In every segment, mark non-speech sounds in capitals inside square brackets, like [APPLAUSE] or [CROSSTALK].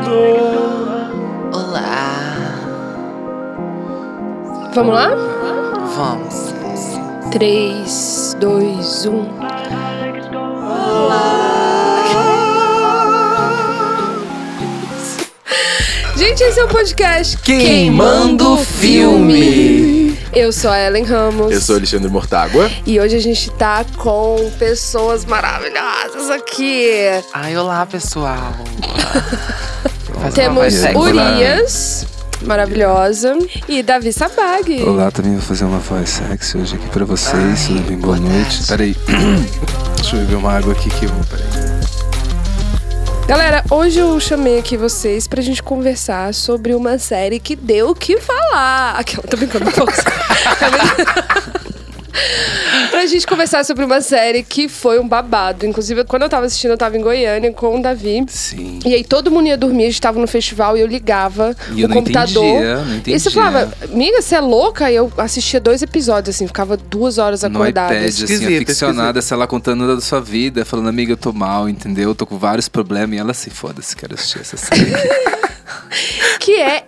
Gravando. Olá, Vamos lá? vamos. 3, 2, 1. Gente, esse é o podcast Queimando Filme. Eu sou a Ellen Ramos. Eu sou Alexandre Mortágua. E hoje a gente tá com pessoas maravilhosas aqui. Ai, olá, [LAUGHS] pessoal. Faz uma né? Temos um voz sexy. Urias, maravilhosa, e Davi Sabag. Olá, também vou fazer uma voz sexy hoje aqui pra vocês. Tudo bem? Boa, boa noite. Peraí. [CLEARS THROAT] Deixa eu beber uma água aqui que eu vou. Peraí. Galera, hoje eu chamei aqui vocês pra gente conversar sobre uma série que deu o que falar. Aquela, tô brincando, não posso. [LAUGHS] pra gente conversar sobre uma série que foi um babado. Inclusive, quando eu tava assistindo, eu tava em Goiânia com o Davi. Sim. E aí todo mundo ia dormir, a gente tava no festival e eu ligava E o eu não computador. entendia, não E você entendia. falava, amiga, você é louca? E eu assistia dois episódios, assim, ficava duas horas No acordada. iPad, assim, Esquisito, aficionada, sei lá, contando da sua vida, falando, amiga, eu tô mal, entendeu? Eu tô com vários problemas. E ela assim, foda-se, quero [LAUGHS] assistir essa série. Que é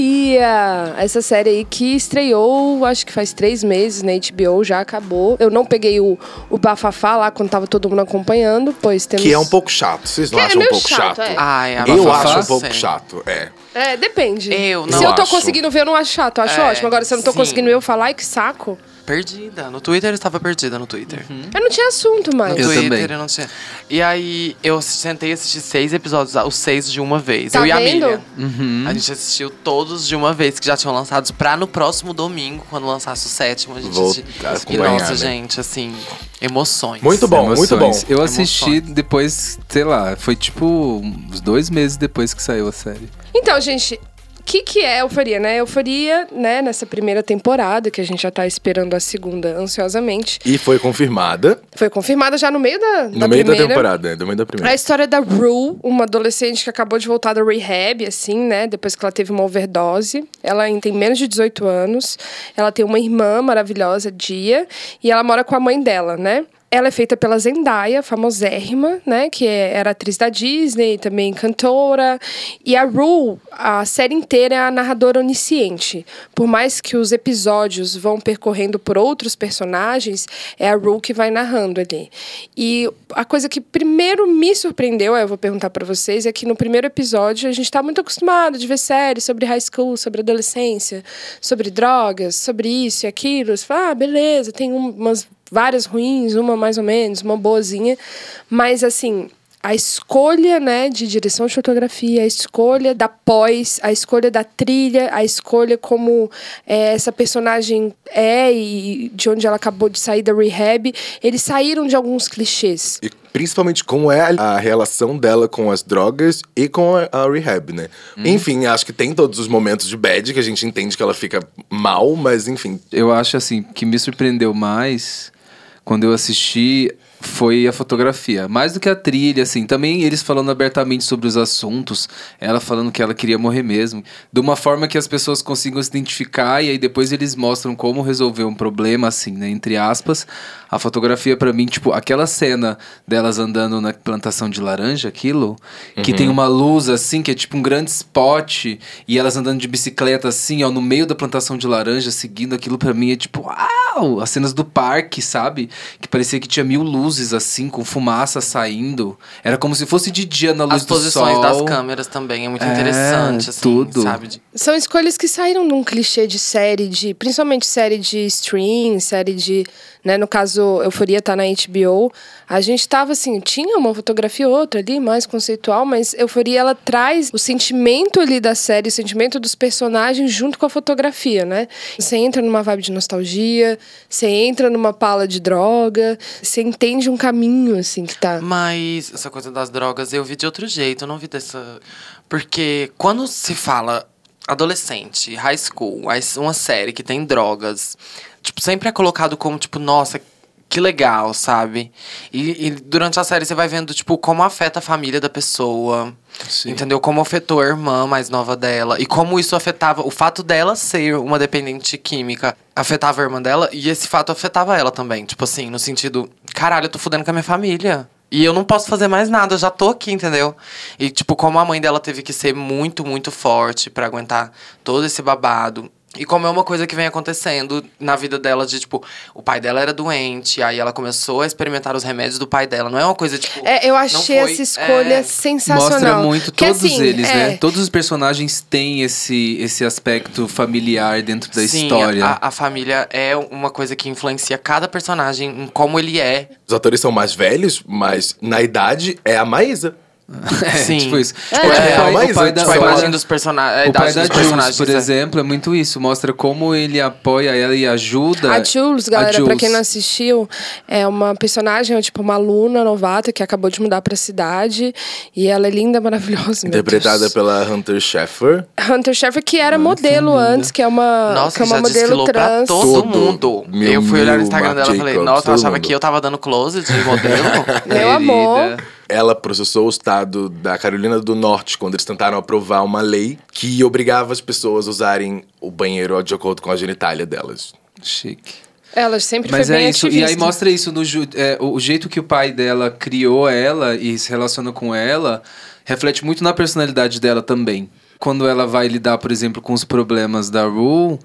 Euforia. Essa série aí que estreou, acho que faz três meses né? na HBO, já acabou. Eu não peguei o, o bafafá lá quando tava todo mundo acompanhando, pois temos. Que é um pouco chato. Vocês não Que é acham um meio pouco chato? chato, é. Ai, a Eu Bafafá, acho um pouco sei. chato, é. É, depende. Eu Se não eu tô acho. conseguindo ver, eu não acho chato, eu acho É, ótimo. Agora, se eu não tô sim. conseguindo eu falar, ai que saco. Perdida. No Twitter eu estava perdida no Twitter. Eu não tinha assunto mais. No Eu Twitter também. eu não tinha. E aí eu sentei e assisti seis episódios, os seis de uma vez. Tá eu e a vendo? Miriam. Uhum. A gente assistiu todos de uma vez, que já tinham lançados pra no próximo domingo, quando lançasse o sétimo, a gente Vou assistiu. E acompanhar, nossa, né? gente, assim, emoções. Muito Tá bom, muito bom. Emoções. Eu assisti depois, sei lá, foi tipo uns dois meses depois que saiu a série. Então, gente, o que, que é euforia, né? Euforia, né, nessa primeira temporada, que a gente já tá esperando a segunda ansiosamente, E foi confirmada foi confirmada já no meio da, no da meio primeira. da temporada, né? No meio da É a primeira. história da Rue, uma adolescente que acabou de voltar da rehab, assim, né? Depois que ela teve uma overdose. Ela ainda tem menos de 18 anos. Ela tem uma irmã maravilhosa, Dia, e ela mora com a mãe dela, né? Ela é feita pela Zendaya, famosérrima, né? Que é- era atriz da Disney, também cantora. E a Rue, a série inteira é a narradora onisciente. Por mais que os episódios vão percorrendo por outros personagens, é a Rue que vai narrando ali. E a coisa que primeiro me surpreendeu, aí eu vou perguntar pra vocês, é que no primeiro episódio a gente tá muito acostumado de ver séries sobre high school, sobre adolescência, sobre drogas, sobre isso e aquilo. Você fala, ah, beleza, tem um- umas várias ruins, uma mais ou menos, uma boazinha. Mas assim, a escolha, né, de direção de fotografia, a escolha da pós, a escolha da trilha, a escolha como é, essa personagem é e de onde ela acabou de sair da rehab, eles saíram de alguns clichês. E principalmente como é a a relação dela com as drogas e com a, a rehab, né? Hum. Enfim, acho que tem todos os momentos de bad que a gente entende que ela fica mal, mas enfim. eu acho assim, que me surpreendeu mais quando eu assisti foi a fotografia, mais do que a trilha, assim. Também eles falando abertamente sobre os assuntos, ela falando que ela queria morrer mesmo, de uma forma que as pessoas consigam se identificar e aí depois eles mostram como resolver um problema, assim, né, entre aspas. A fotografia pra mim, tipo, aquela cena delas andando na plantação de laranja, aquilo, que Uhum. tem uma luz assim, que é tipo um grande spot e elas andando de bicicleta assim, ó, no meio da plantação de laranja, seguindo aquilo pra mim é tipo, uau! As cenas do parque, sabe? Que parecia que tinha mil luzes assim, com fumaça saindo. Era como se fosse de dia na luz As do posições sol. das câmeras também é muito É, interessante, assim, tudo. sabe? De- São escolhas que saíram de um clichê de série, de principalmente série de stream, série de. Né, no caso, Euforia tá na HBO. A gente tava assim, tinha uma fotografia ou outra ali, mais conceitual, mas Euforia ela traz o sentimento ali da série, o sentimento dos personagens junto com a fotografia, né? Você entra numa vibe de nostalgia, você entra numa pala de droga, você entende um caminho, assim, que tá. Mas essa coisa das drogas eu vi de outro jeito, eu não vi dessa. Porque quando se fala adolescente, high school, aí uma série que tem drogas, tipo, sempre é colocado como, tipo, nossa, que legal, sabe? E, e durante a série você vai vendo, tipo, como afeta a família da pessoa. Sim. Entendeu? Como afetou a irmã mais nova dela. E como isso afetava. O fato dela ser uma dependente química afetava a irmã dela. E esse fato afetava ela também. Tipo assim, no sentido, caralho, eu tô fudendo com a minha família. E eu não posso fazer mais nada, eu já tô aqui, entendeu? E, tipo, como a mãe dela teve que ser muito, muito forte pra aguentar todo esse babado. E como é uma coisa que vem acontecendo na vida dela, de tipo, o pai dela era doente, aí ela começou a experimentar os remédios do pai dela. Não é uma coisa, tipo. É, eu não achei foi- essa escolha é. sensacional. Mostra muito Porque, todos assim, eles, é, né? Todos os personagens têm esse, esse aspecto familiar dentro da Sim, história. A, a família é uma coisa que influencia cada personagem em como ele é. Os atores são mais velhos, mas na idade é a Maísa. [LAUGHS] É, Sim. tipo isso. É. Tipo, É, o pai, mas o pai Tipo, a Tipo, da, a o pai imagem da- dos personagens. o pai da dos Jules, personagens. por é. exemplo, é muito isso. Mostra como ele apoia ela e ajuda. A Jules, galera, pra É, Jules. quem não assistiu, é uma personagem, é tipo uma aluna novata que acabou de mudar pra cidade. E ela é linda, [LAUGHS] maravilhosa. meu Interpretada Deus. pela Hunter Sheffer. Hunter Sheffer, que era modelo antes, que é uma, Nossa, que é uma já modelo desfilou pra trans. todo, Todo. mundo. Meu, eu fui olhar meu, o Instagram Marc dela e falei, Jacobs, nossa, todo eu achava mundo. que eu tava dando close de modelo. Meu amor. Ela processou o estado da Carolina do Norte quando eles tentaram aprovar uma lei que obrigava as pessoas a usarem o banheiro de acordo com a genitália delas. Chique. Ela sempre Mas foi bem é isso. ativista. E aí mostra isso no ju- é, o o jeito que o pai dela criou ela e se relaciona com ela reflete muito na personalidade dela também. Quando ela vai lidar, por exemplo, com os problemas da Rue,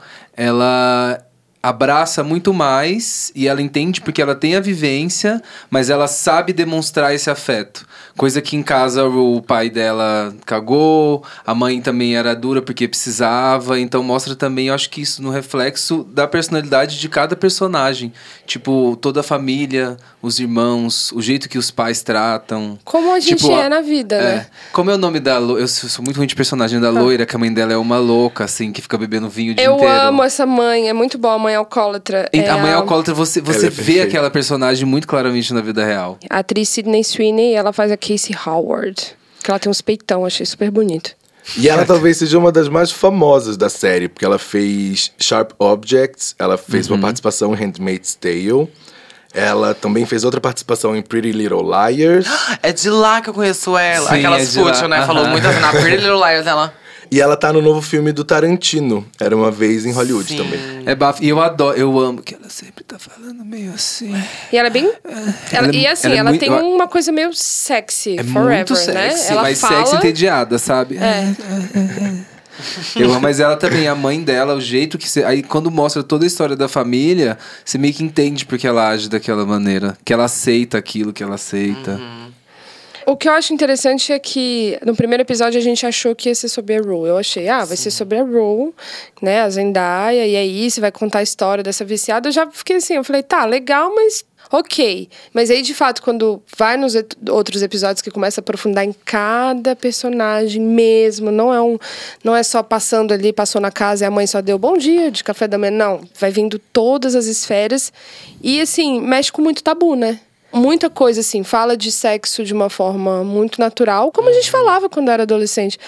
ela abraça muito mais e ela entende porque ela tem a vivência, mas ela sabe demonstrar esse afeto. Coisa que em casa o pai dela cagou, a mãe também era dura porque precisava, então mostra também, eu acho que isso no reflexo da personalidade de cada personagem. Tipo, toda a família, os irmãos, o jeito que os pais tratam. Como a gente Tipo, é na vida, é. né? Ah. Como é o nome da loira? Eu sou sou muito ruim de personagem da loira, que a mãe dela é uma louca, assim, que fica bebendo vinho o dia Eu inteiro. amo essa mãe, é muito boa a mãe alcoólatra. E é a mãe alcoólatra, você, você é vê perfeita. aquela personagem muito claramente na vida real. A atriz Sidney Sweeney, ela faz a Casey Howard. Que ela tem uns peitão, achei super bonito. E ela talvez seja uma das mais famosas da série, porque ela fez Sharp Objects, ela fez uma participação em Handmaid's Tale, ela também fez outra participação em Pretty Little Liars, É de lá que eu conheço ela. Sim, é Aquelas de lá. fútil, né? Aham. Falou muito assim, na Pretty Little Liars, ela... e ela tá no novo filme do Tarantino, Era Uma Vez em [LAUGHS] Hollywood Sim. também. É bafo. E eu adoro, eu amo que ela sempre tá falando meio assim. E ela é bem. ela- Ela é- e assim, ela ela, é muito- tem uma coisa meio sexy É forever, muito sexy, né? Ela mas fala. É. sexy entediada, sabe? Eu amo, mas ela também, a mãe dela, o jeito que você. Aí quando mostra toda a história da família, você meio que entende porque ela age daquela maneira. Que ela aceita aquilo que ela aceita. O que eu acho interessante é que no primeiro episódio a gente achou que ia ser sobre a Rue. Eu achei, ah, vai ser sobre a Rue, né? A Zendaya, e é isso, vai contar a história dessa viciada. Eu já fiquei assim, eu falei, tá, legal, mas. Ok, mas aí de fato, quando vai nos et- outros episódios que começa a aprofundar em cada personagem mesmo, não é um, não é só passando ali, passou na casa e a mãe só deu bom dia de café da manhã, não, vai vindo todas as esferas e assim, mexe com muito tabu, né? muita coisa assim, fala de sexo de uma forma muito natural, como a gente Uhum. falava quando era adolescente.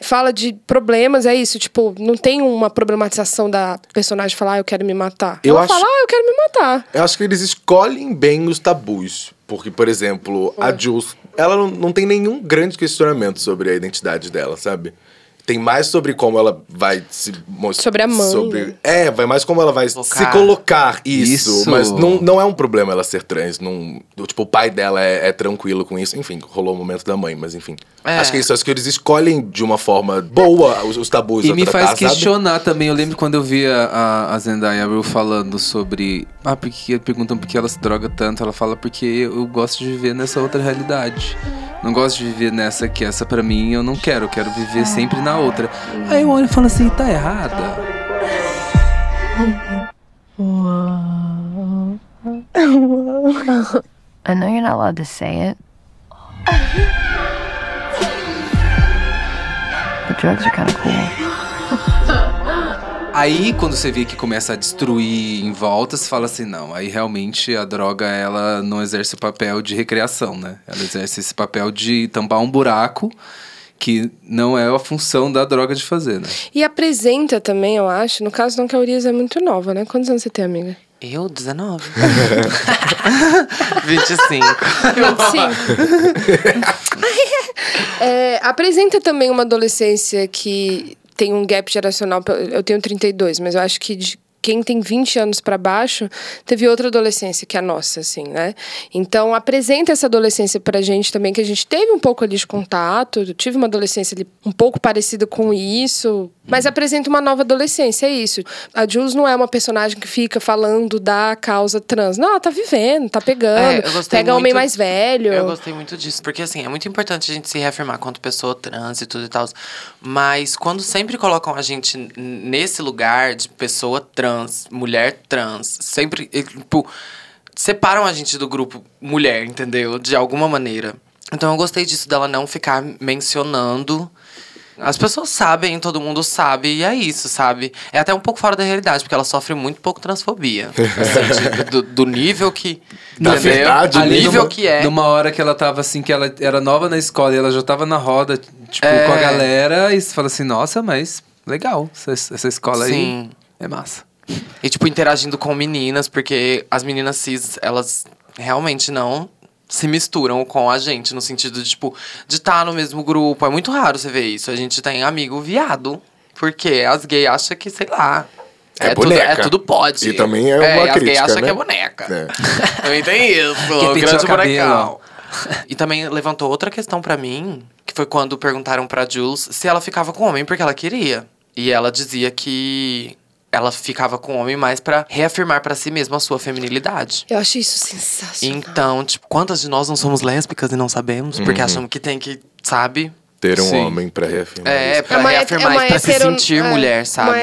Fala de problemas, é isso, tipo, não tem uma problematização da personagem falar, ah, eu quero me matar. Eu Ela acho- fala, ah, eu quero me matar. Eu acho que eles escolhem bem os tabus. Porque, por exemplo, a Jules, ela não, não tem nenhum grande questionamento sobre a identidade dela, sabe? Tem mais sobre como ela vai se mostrar. Sobre a mãe. é, vai mais como ela vai se Colocar. colocar isso. Isso. Mas não, não é um problema ela ser trans. Não, do- tipo, o pai dela é, é tranquilo com isso. Enfim, rolou o momento da mãe, mas enfim. É. Acho que é isso. Acho que eles escolhem de uma forma boa os, os tabus. E a me tratar, faz sabe? questionar também. Eu lembro quando eu via a, a Zendaya Rue falando sobre. Ah, porque perguntam por que ela se droga tanto. Ela fala porque eu gosto de viver nessa outra realidade. Não gosto de viver nessa que essa pra mim eu não quero. Eu quero viver sempre na outra. Aí eu olho e falo assim: tá errada. I know you're not allowed to say it. But drugs are kind of cool. Aí quando você vê que começa a destruir em volta, você fala assim: não, aí realmente a droga ela não exerce o papel de recreação, né? Ela exerce esse papel de tampar um buraco. Que não é a função da droga de fazer, né? E apresenta também, eu acho. No caso, não que a Urias é muito nova, né? Quantos anos você tem, amiga? Eu, 19. [LAUGHS] 25. 25. É, apresenta também uma adolescência que tem um gap geracional. Eu tenho 32, mas eu acho que de quem tem 20 anos para baixo teve outra adolescência que a nossa, assim, né? Então, apresenta essa adolescência pra gente também, que a gente teve um pouco ali de contato, eu tive uma adolescência ali um pouco parecida com isso, mas apresenta uma nova adolescência, é isso. A Jules não é uma personagem que fica falando da causa trans. Não, ela tá vivendo, tá pegando, É, eu gostei pega homem muito- mais velho. Eu gostei muito disso, porque assim, é muito importante a gente se reafirmar quanto pessoa trans e tudo e tal. Mas quando sempre colocam a gente n- nesse lugar de pessoa trans, mulher trans, sempre, eh, tipo, separam a gente do grupo mulher, entendeu? De alguma maneira. Então eu gostei disso dela não ficar mencionando. As pessoas sabem, todo mundo sabe, e é isso, sabe? É até um pouco fora da realidade, porque ela sofre muito pouco transfobia. assim, de- do, do nível que. Na entendeu? verdade, a né? nível Numa- que é. Numa hora que ela tava assim, que ela era nova na escola e ela já tava na roda, tipo, É. com a galera, e você fala assim, nossa, mas legal, essa, essa escola Sim. aí é massa. E, tipo, interagindo com meninas, porque as meninas cis, elas realmente não se misturam com a gente, no sentido de, tipo, de estar no mesmo grupo. É muito raro você ver isso. A gente tem amigo viado, porque as gays acham que, sei lá. É tudo, boneca. é tudo pode. E também é uma e As gays crítica, acham né? que é boneca. É. também [LAUGHS] tem isso. Quem penteou grande o cabelo. bonecão. E também levantou outra questão pra mim, que foi quando perguntaram pra Jules se ela ficava com homem porque ela queria. E ela dizia que ela ficava com homem mais pra reafirmar pra si mesma a sua feminilidade. Eu achei isso sensacional. Então, tipo, quantas de nós não somos lésbicas e não sabemos? Porque achamos que tem que, sabe? Ter um Sim. homem pra reafirmar. É, isso. pra uma het- reafirmar, uma e pra se hetero- sentir é, mulher, sabe? Uma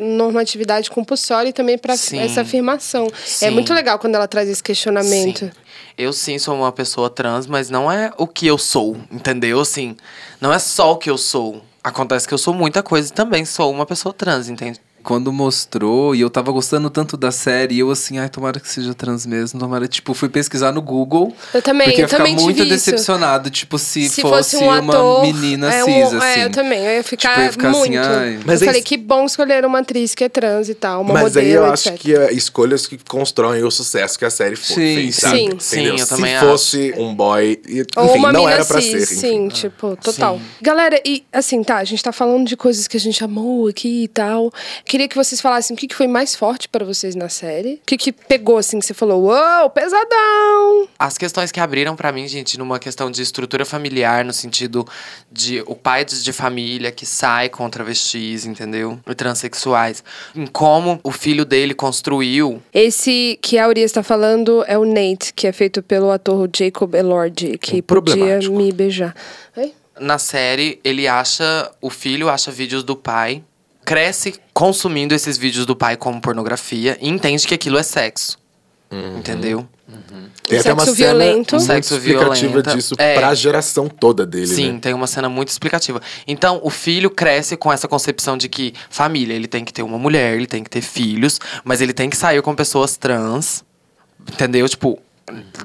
heteronormatividade compulsória e também para Sim. essa afirmação. É Sim. muito legal quando ela traz esse questionamento. Sim. Eu sim sou uma pessoa trans, mas não é o que eu sou, entendeu? Assim, não é só o que eu sou. Acontece que eu sou muita coisa e também sou uma pessoa trans, entende? Quando mostrou, e eu tava gostando tanto da série, e eu assim, ai, tomara que seja trans mesmo, tomara, tipo, fui pesquisar no Google. Eu também, porque eu ia ficar também muito tive isso. decepcionado, tipo, se, Se fosse fosse, um uma ator, menina é, um- cis, é, assim. eu também, eu ia ficar Tipo, eu ia ficar assim, muito. ai. eu Mas é falei, isso. que bom escolher uma atriz que é trans e tal, uma Mas modelo, aí eu etc. acho que é escolhas que constroem o sucesso que a série fo- Sim, fez, sim. sabe? Sim. Entendeu? Sim, eu Se também acho. fosse um boy, e- Ou enfim, uma não menina era pra cis, ser. enfim. sim, tipo, total. Sim. Galera, e assim, tá, a gente tá falando de coisas que a gente amou aqui e tal. Queria que vocês falassem o que, que foi mais forte pra vocês na série. O que, que pegou, assim, que você falou, uou, pesadão! As questões que abriram pra mim, gente, numa questão de estrutura familiar, no sentido de o pai de de família que sai com travestis, entendeu? E transexuais. Em como o filho dele construiu. Esse que a Urias tá falando é o Nate, que é feito pelo ator Jacob Elordi, que podia Um problemático. me beijar. Oi? Na série, ele acha. O filho acha vídeos do pai, cresce consumindo esses vídeos do pai como pornografia e entende que aquilo é sexo. Entendeu? Tem Um até uma sexo cena violento. muito Sexo explicativa violenta. disso É. pra geração toda dele, Sim, né? tem uma cena muito explicativa. Então, o filho cresce com essa concepção de que família, ele tem que ter uma mulher, ele tem que ter filhos, mas ele tem que sair com pessoas trans. Entendeu? Tipo,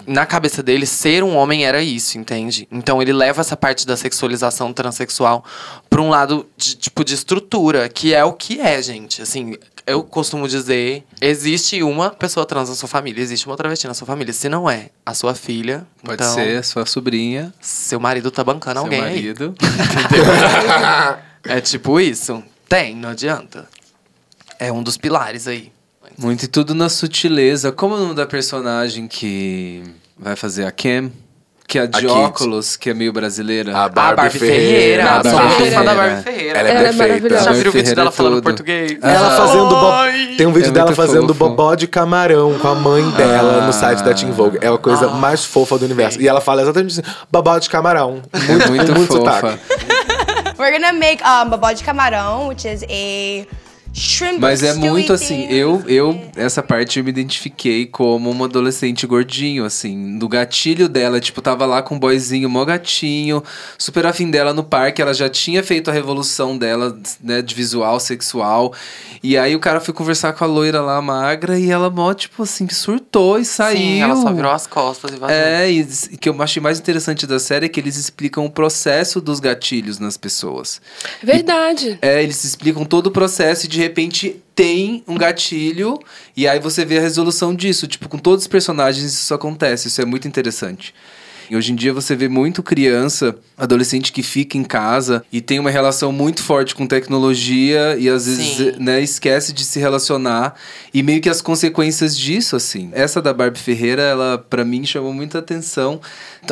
na cabeça dele, ser um homem era isso, entende? Então ele leva essa parte da sexualização transexual pra um lado de, tipo, de estrutura, que é o que é, gente. Assim, eu costumo dizer: existe uma pessoa trans na sua família, existe uma travesti na sua família. Se não é a sua filha, Pode então, ser, sua sobrinha, Seu marido tá bancando alguém. seu aí. marido. É tipo isso. Tem, não adianta. É um dos pilares aí. Muito, e tudo na sutileza. Como é o nome da personagem que vai fazer a Cam? Que é a de Kate. óculos, que é meio brasileira. A Barbie, a Barbie Ferreira. Ferreira. a Sou Barbie muito fã da Barbie Ferreira. Ferreira. Ela é Ela é perfeita. Já maravilhosa. viu Barbie o vídeo Ferreira dela é falando tudo. português? Ela fazendo Ai! bo... Tem um vídeo É dela muito fazendo fofo. bobó de camarão com a mãe dela Ah. no site da Teen Vogue. É a coisa mais fofa do universo. E ela Tá fala exatamente assim: bobó de camarão. [LAUGHS] É muito, muito fofa. sotaque. We're gonna make um, babá de camarão, which is a shrimp. Mas é stewy muito assim, thing. eu, eu, essa parte eu me identifiquei como uma adolescente gordinho, assim, do gatilho dela, tipo, tava lá com um boyzinho mó gatinho, super afim dela no parque, ela já tinha feito a revolução dela, né, de visual, sexual, e aí o cara foi conversar com a loira lá, magra, e ela mó, tipo assim, surtou e saiu. Sim, ela só virou as costas e vazou. É, e s- que eu achei mais interessante da série é que eles explicam o processo dos gatilhos nas pessoas. Verdade. É, eles explicam todo o processo e de repente tem um gatilho e aí você vê a resolução disso. Tipo, com todos os personagens isso acontece, isso é muito interessante. E hoje em dia você vê muito criança, adolescente que fica em casa e tem uma relação muito forte com tecnologia e às Sim. vezes né, esquece de se relacionar e meio que as consequências disso, assim. Essa da Barbie Ferreira, ela pra mim chamou muita atenção.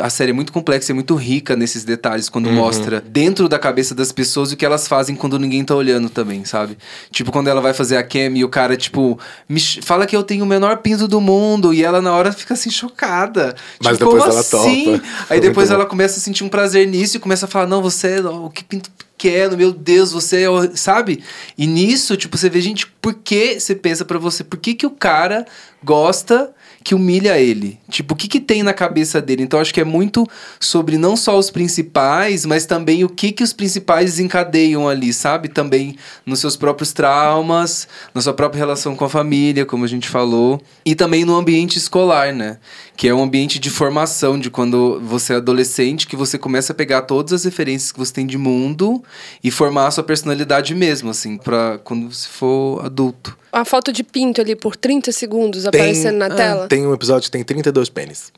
A série é muito complexa e muito rica nesses detalhes quando Uhum. mostra dentro da cabeça das pessoas o que elas fazem quando ninguém tá olhando também, sabe? Tipo quando ela vai fazer a Cam e o cara tipo me ch- fala que eu tenho o menor pinto do mundo e ela na hora fica assim chocada. Mas Tipo, depois como ela assim? topa. Aí Muito [LAUGHS] depois bom. ela começa a sentir um prazer nisso e começa a falar: Não, você, é- ó, que pinto pequeno, meu Deus, você é. hor-", Sabe? E nisso, tipo, você vê, gente, por que você pensa pra você? Por que, que o cara gosta que humilha ele? Tipo, o que, que tem na cabeça dele? Então, acho que é muito sobre não só os principais, mas também o que, que os principais desencadeiam ali, sabe? Também nos seus próprios traumas, na sua própria relação com a família, como a gente falou, e também no ambiente escolar, né? Que é um ambiente de formação, de quando você é adolescente, que você começa a pegar todas as referências que você tem de mundo e formar a sua personalidade mesmo, assim, pra quando você for adulto. A foto de pinto ali por 30 segundos Tem- aparecendo na ah, tela. Tem um episódio que tem 32 pênis.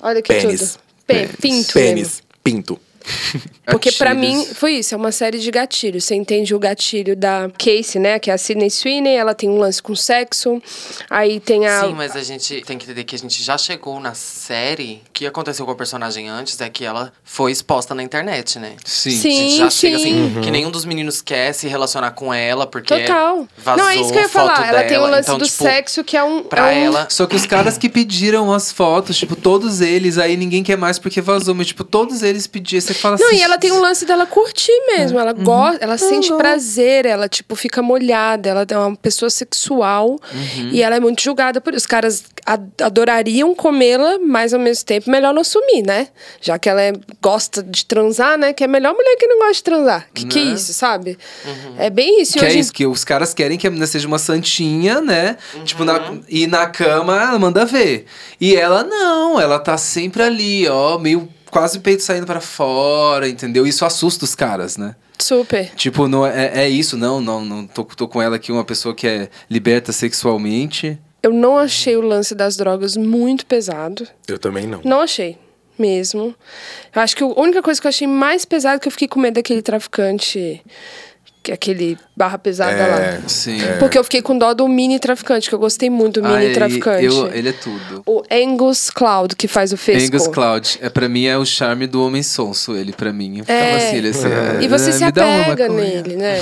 Olha que Pênis. tudo. Pê, pinto. mesmo. Pênis. Pinto. Porque pra mim Gatilhos. foi isso, é uma série de gatilhos. Você entende o gatilho da Casey, né? Que é a Sidney Sweeney, ela tem um lance com sexo. Aí tem a. Sim, mas a gente tem que entender que a gente já chegou na série. O que aconteceu com a personagem antes é que ela foi exposta na internet, né? Sim. A Sim. gente já chega assim, sim. Uhum. que nenhum dos meninos quer se relacionar com ela, porque Total. vazou Não, é isso que eu ia foto falar. Ela tem o dela. lance Então, do tipo, sexo que é um. Pra é um- ela, Só que os caras que pediram as fotos, tipo, todos eles, aí ninguém quer mais porque vazou, mas, tipo, todos eles pediam. Você fala Não, assim. e ela tem um lance dela curtir É. mesmo. Uhum. Ela gosta, ela sente prazer, ela, tipo, fica molhada, ela é uma pessoa sexual Uhum. e ela é muito julgada por isso. Os caras a- adorariam comê-la, mas ao mesmo tempo melhor não assumir, né? Já que ela é- gosta de transar, né? Que é a melhor mulher que não gosta de transar. Que que é Né? isso, sabe? É bem isso. E Que é hoje em isso, que os caras querem que a menina seja uma santinha, né? Tipo, na, e na cama, ela manda ver. E ela não, ela tá sempre ali, ó, meio quase o peito saindo pra fora, entendeu? Isso assusta os caras, né? Super. Tipo, não é, é isso, não, não, não. Tô, tô com ela aqui, uma pessoa que é liberta sexualmente. Eu não achei o lance das drogas muito pesado. Eu também [LAUGHS] não. Não achei. Mesmo. Eu acho que a única coisa que eu achei mais pesada é que eu fiquei com medo daquele traficante. que- é Aquele barra pesada É, lá. Sim. Porque eu fiquei com dó do mini traficante, que eu gostei muito do Ah, mini ele- traficante. eu- ele é tudo. O Angus Cloud, que faz o Fesco. Angus Cloud, é, pra mim é o charme do homem sonso, ele pra mim. Eu ficava É. assim, ele assim, E você "Ah, se me dá uma apega maconha." nele, né?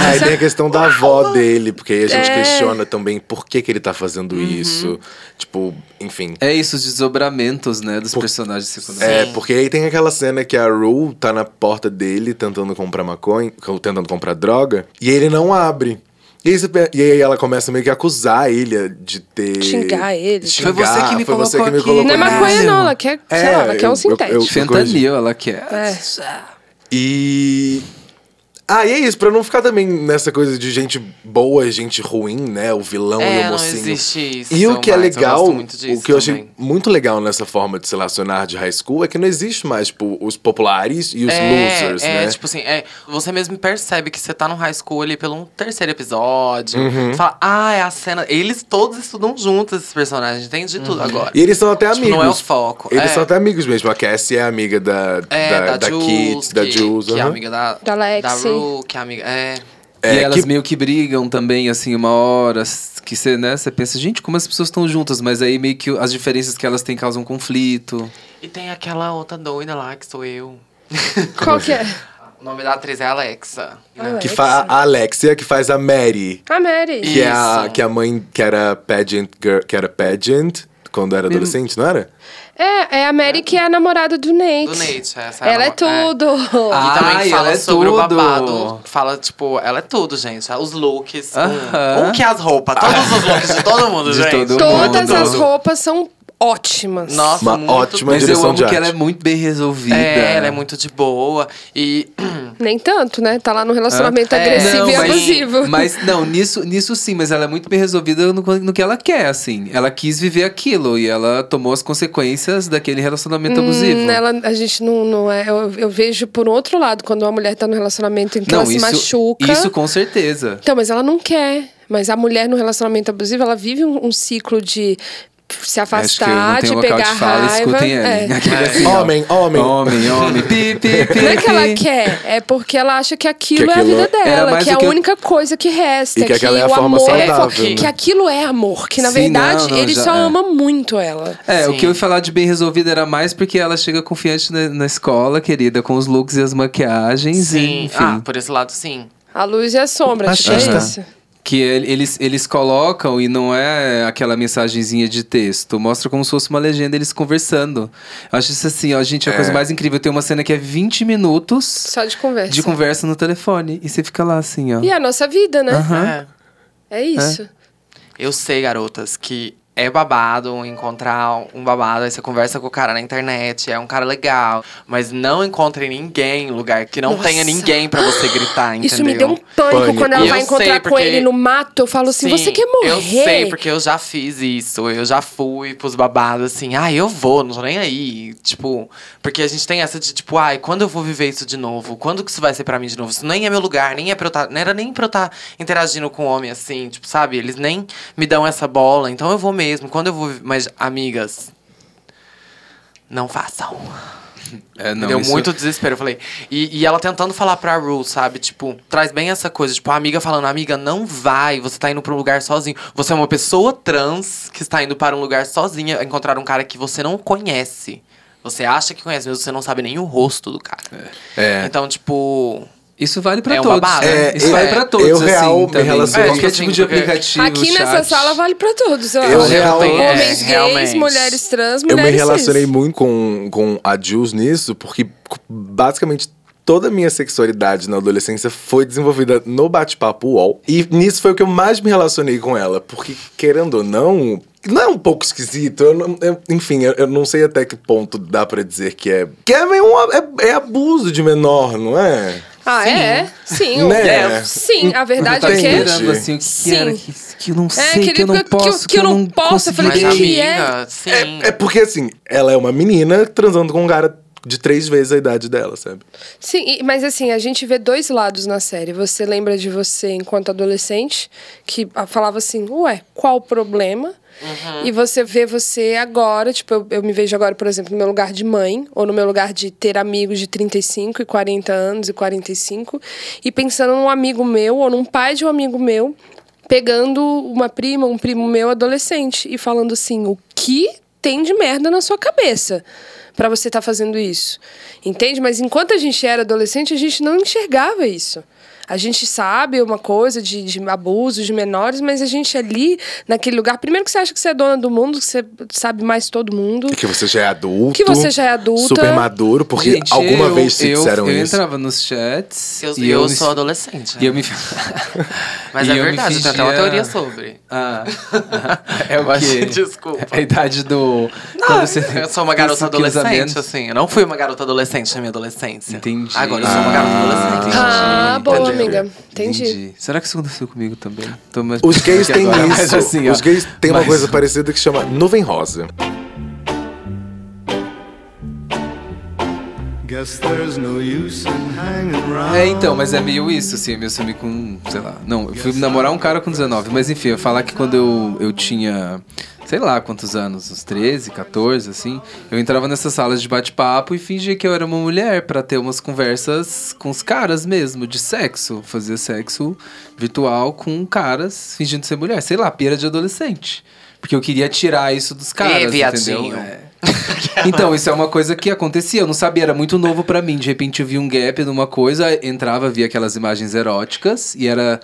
Aí tem a questão da avó dele, porque aí a gente É. questiona também por que, que ele tá fazendo isso. Tipo, enfim. É isso, os desdobramentos, né, dos personagens secundários. É, porque aí tem aquela cena que a Rue tá na porta dele tentando comprar maconha, co- tentando comprar droga, e ele não abre. E aí, você pe- e aí ela começa meio que a acusar ele eh, de ter. Xingar ele. tá? Xingar, Foi você que me foi você colocou que me aqui. colocou Não é Caralho. maconha, nisso. não. Ela quer, sei É, lá, ela quer eu- um eu- sintético. É. eu- Fentanil, ela é. quer. E. Ah, e é isso, pra não ficar também nessa coisa de gente boa e gente ruim, né? O vilão e É, o não mocinho. existe isso, E o que é mas eu legal, gosto muito disso o que eu achei também. muito legal nessa forma de se relacionar de high school é que não existe mais, tipo, os populares e os é, losers, né? é, tipo assim, é, você mesmo percebe que você tá no high school ali pelo um terceiro episódio. Uhum. Fala, ah, é a cena. Eles todos estudam juntos, esses personagens, entende tudo agora. Uhum. E eles são até Tipo, amigos. não é o foco, Eles é. são até amigos mesmo. A Cassie é amiga da, É, da, da, da Jules, Kit, que, da Jules. que é aham. amiga da, Da Lexi. Da Ru, que é amiga. É. É, e elas que- meio que brigam também, assim, uma hora. s- Que você, né, você pensa, gente, como as pessoas estão juntas, mas aí meio que as diferenças que elas têm causam conflito. E tem aquela outra doida lá, que sou eu. [LAUGHS] Qual que é? O nome da atriz é Alexa. né? que fa- a Alexia, que faz a Mary. A Mary. Que é a, Isso. que a mãe, que era pageant, girl, que era pageant quando era adolescente, não era? É, é a Mary que é a namorada do Nate. Do Nate, essa Ela é a nova- tudo. E também Ai, fala ela é sobre o tudo. babado. Fala, tipo, ela é tudo, gente. Os looks. um- Aham. Um que as roupas. Todos os looks de todo mundo, [LAUGHS] De gente. todo Todas mundo. as roupas são ótimas. Nossa, Uma muito ótima Mas eu direção amo de que ela é arte. muito bem resolvida. É, ela é muito de boa. E Nem tanto, né? Tá lá no relacionamento É. agressivo Não, e mas- abusivo. Ah. Mas não, nisso, nisso sim, mas ela é muito bem resolvida no, no que ela quer, assim. Ela quis viver aquilo e ela tomou as consequências daquele relacionamento é abusivo. Hum, ela, a gente não, não é. Eu, eu vejo por outro lado, quando uma mulher tá no relacionamento em que não, ela se isso, machuca. isso com certeza. Então, mas ela não quer. Mas a mulher no relacionamento abusivo, ela vive um, um ciclo de se Acho que eu não afastar, tenho de local pegar de fala, raiva. escutem é. [LAUGHS] ela. Aquele assim, ó. Homem, homem. Homem, homem. Pi, pi, pi, Não é que pi. ela quer, é porque ela acha que aquilo, Que aquilo é a vida era dela, mais que é do a que eu- única coisa que resta. E que aquela é a o forma amor, saudável, que, né? que aquilo é amor, que na Sim, verdade não, não, ele já- só é. ama muito ela. É, o Sim. que eu ia falar de bem resolvida era mais porque ela chega confiante na, na escola, querida, com os looks e as maquiagens. E, [CLEARS THROAT] Sim. enfim. Ah, por esse lado, sim. A luz e a sombra, tipo, é Machista. isso. Que ele- eles, eles colocam e não é aquela mensagenzinha de texto. Mostra como se fosse uma legenda, eles conversando. Eu acho isso assim, ó, gente, a coisa mais incrível. Tem uma cena que é 20 minutos Só de conversa. de conversa no telefone. E você fica lá assim, ó. E é a nossa vida, né? É. É isso. Eu sei, garotas, que é babado encontrar um babado, aí você conversa com o cara na internet, é um cara legal, mas não encontre ninguém em lugar que não Nossa. tenha ninguém pra você gritar, É. entendeu? Isso me deu um pânico, Pânico. quando ela E vai eu encontrar sei, com porque- ele no mato. Eu falo assim: Sim, você quer morrer? Eu sei, porque eu já fiz isso. Eu já fui pros babados assim, ah, eu vou, não tô nem aí. Tipo, porque a gente tem essa de tipo, ai, quando eu vou viver isso de novo? Quando que isso vai ser pra mim de novo? Isso nem é meu lugar, nem é pra eu tá, não era nem pra eu estar interagindo com homem assim, tipo, sabe? Eles nem me dão essa bola, então eu vou mesmo. Quando eu vou, vi- mas amigas, não façam. É, Me deu isso- muito desespero, eu falei. E, e ela tentando falar pra Ru, sabe? Tipo, traz bem essa coisa. Tipo, a amiga falando, amiga, não vai. Você tá indo pra um lugar sozinho. Você é uma pessoa trans que está indo para um lugar sozinha encontrar um cara que você não conhece. Você acha que conhece, mas você não sabe nem o rosto do cara. É. Então, tipo. Isso vale pra É um todos. babado, né? Isso É, vale pra todos. eu assim, real me também. relaciono- Qualquer É, tipo tipo de assim, porque aplicativo. Aqui nessa chat. sala tá vale pra todos. ó. Eu real- é, Homens gays, realmente. mulheres trans, Eu me mulheres relacionei cis. muito com, com a Jules nisso, porque basicamente toda a minha sexualidade na adolescência foi desenvolvida no bate-papo UOL. E nisso foi o que eu mais me relacionei com ela, porque querendo ou não. Não é um pouco esquisito, eu não- eu- enfim, eu, eu não sei até que ponto dá pra dizer que é. Que é, meio um, é, é abuso de menor, não é? Ah, é? Sim. Né? é. Sim, a verdade Tá é que. Entendi. esperando assim, o que Sim. era, que, que eu não sei, aquele que eu que não eu- que eu- posso, que eu não posso, eu falei, Mas que consegui. que é? amiga, sim. É porque assim, ela é uma menina transando com um cara de três vezes a idade dela, sabe? Sim, e- mas assim, a gente vê dois lados na série. Você lembra de você enquanto adolescente, que ah, falava assim, ué, qual o problema? E você vê você agora, tipo, eu, eu me vejo agora, por exemplo, no meu lugar de mãe, ou no meu lugar de ter amigos de 35 e 40 anos e 45, e pensando num amigo meu, ou num pai de um amigo meu, pegando uma prima, um primo meu adolescente, e falando assim, o que tem de merda na sua cabeça pra você estar fazendo isso. Entende? Mas enquanto a gente era adolescente, a gente não enxergava isso. A gente sabe uma coisa de, de abuso de menores, mas a gente ali, naquele lugar, primeiro que você acha que você é dona do mundo, que você sabe mais todo mundo. Que você já é adulto. Que você já é adulta. Super maduro, porque Gente, alguma eu- vez te eu- disseram Eu isso. [LAUGHS] entrava nos chats. Eu, e eu me- sou adolescente. né? E eu me. [LAUGHS] Mas e é eu me verdade, tem até uma fingia- teoria [LAUGHS] sobre. Ah, é o Mas, quê? desculpa. É a idade do. Não, quando você eu sou uma pensa garota que os amigos- adolescente, assim. Eu não fui uma garota adolescente na minha adolescência. Entendi. Agora eu sou uma garota adolescente. Ah, boa, Entendi. amiga. Entendi. Será que isso aconteceu comigo também? Tô mais- Os gays aqui têm agora, [LAUGHS] mas isso. assim, ó, Os gays têm uma mas- coisa parecida que chama nuvem rosa. Guess there's no use in hanging round. É, então, mas é meio isso, assim, eu me assumi com, sei lá. Não, eu fui namorar um cara com 19, mas enfim, eu ia falar que quando eu, eu tinha, sei lá quantos anos, uns 13, 14, assim, eu entrava nessas salas de bate-papo e fingia que eu era uma mulher pra ter umas conversas com os caras mesmo, de sexo. Fazia sexo virtual com caras fingindo ser mulher, sei lá, pira de adolescente. Porque eu queria tirar isso dos caras, entendeu? viadinho. É. [LAUGHS] Então, isso é uma coisa que acontecia. Eu não sabia, era muito novo pra mim. De repente eu vi um gap numa coisa, entrava, via aquelas imagens eróticas e era.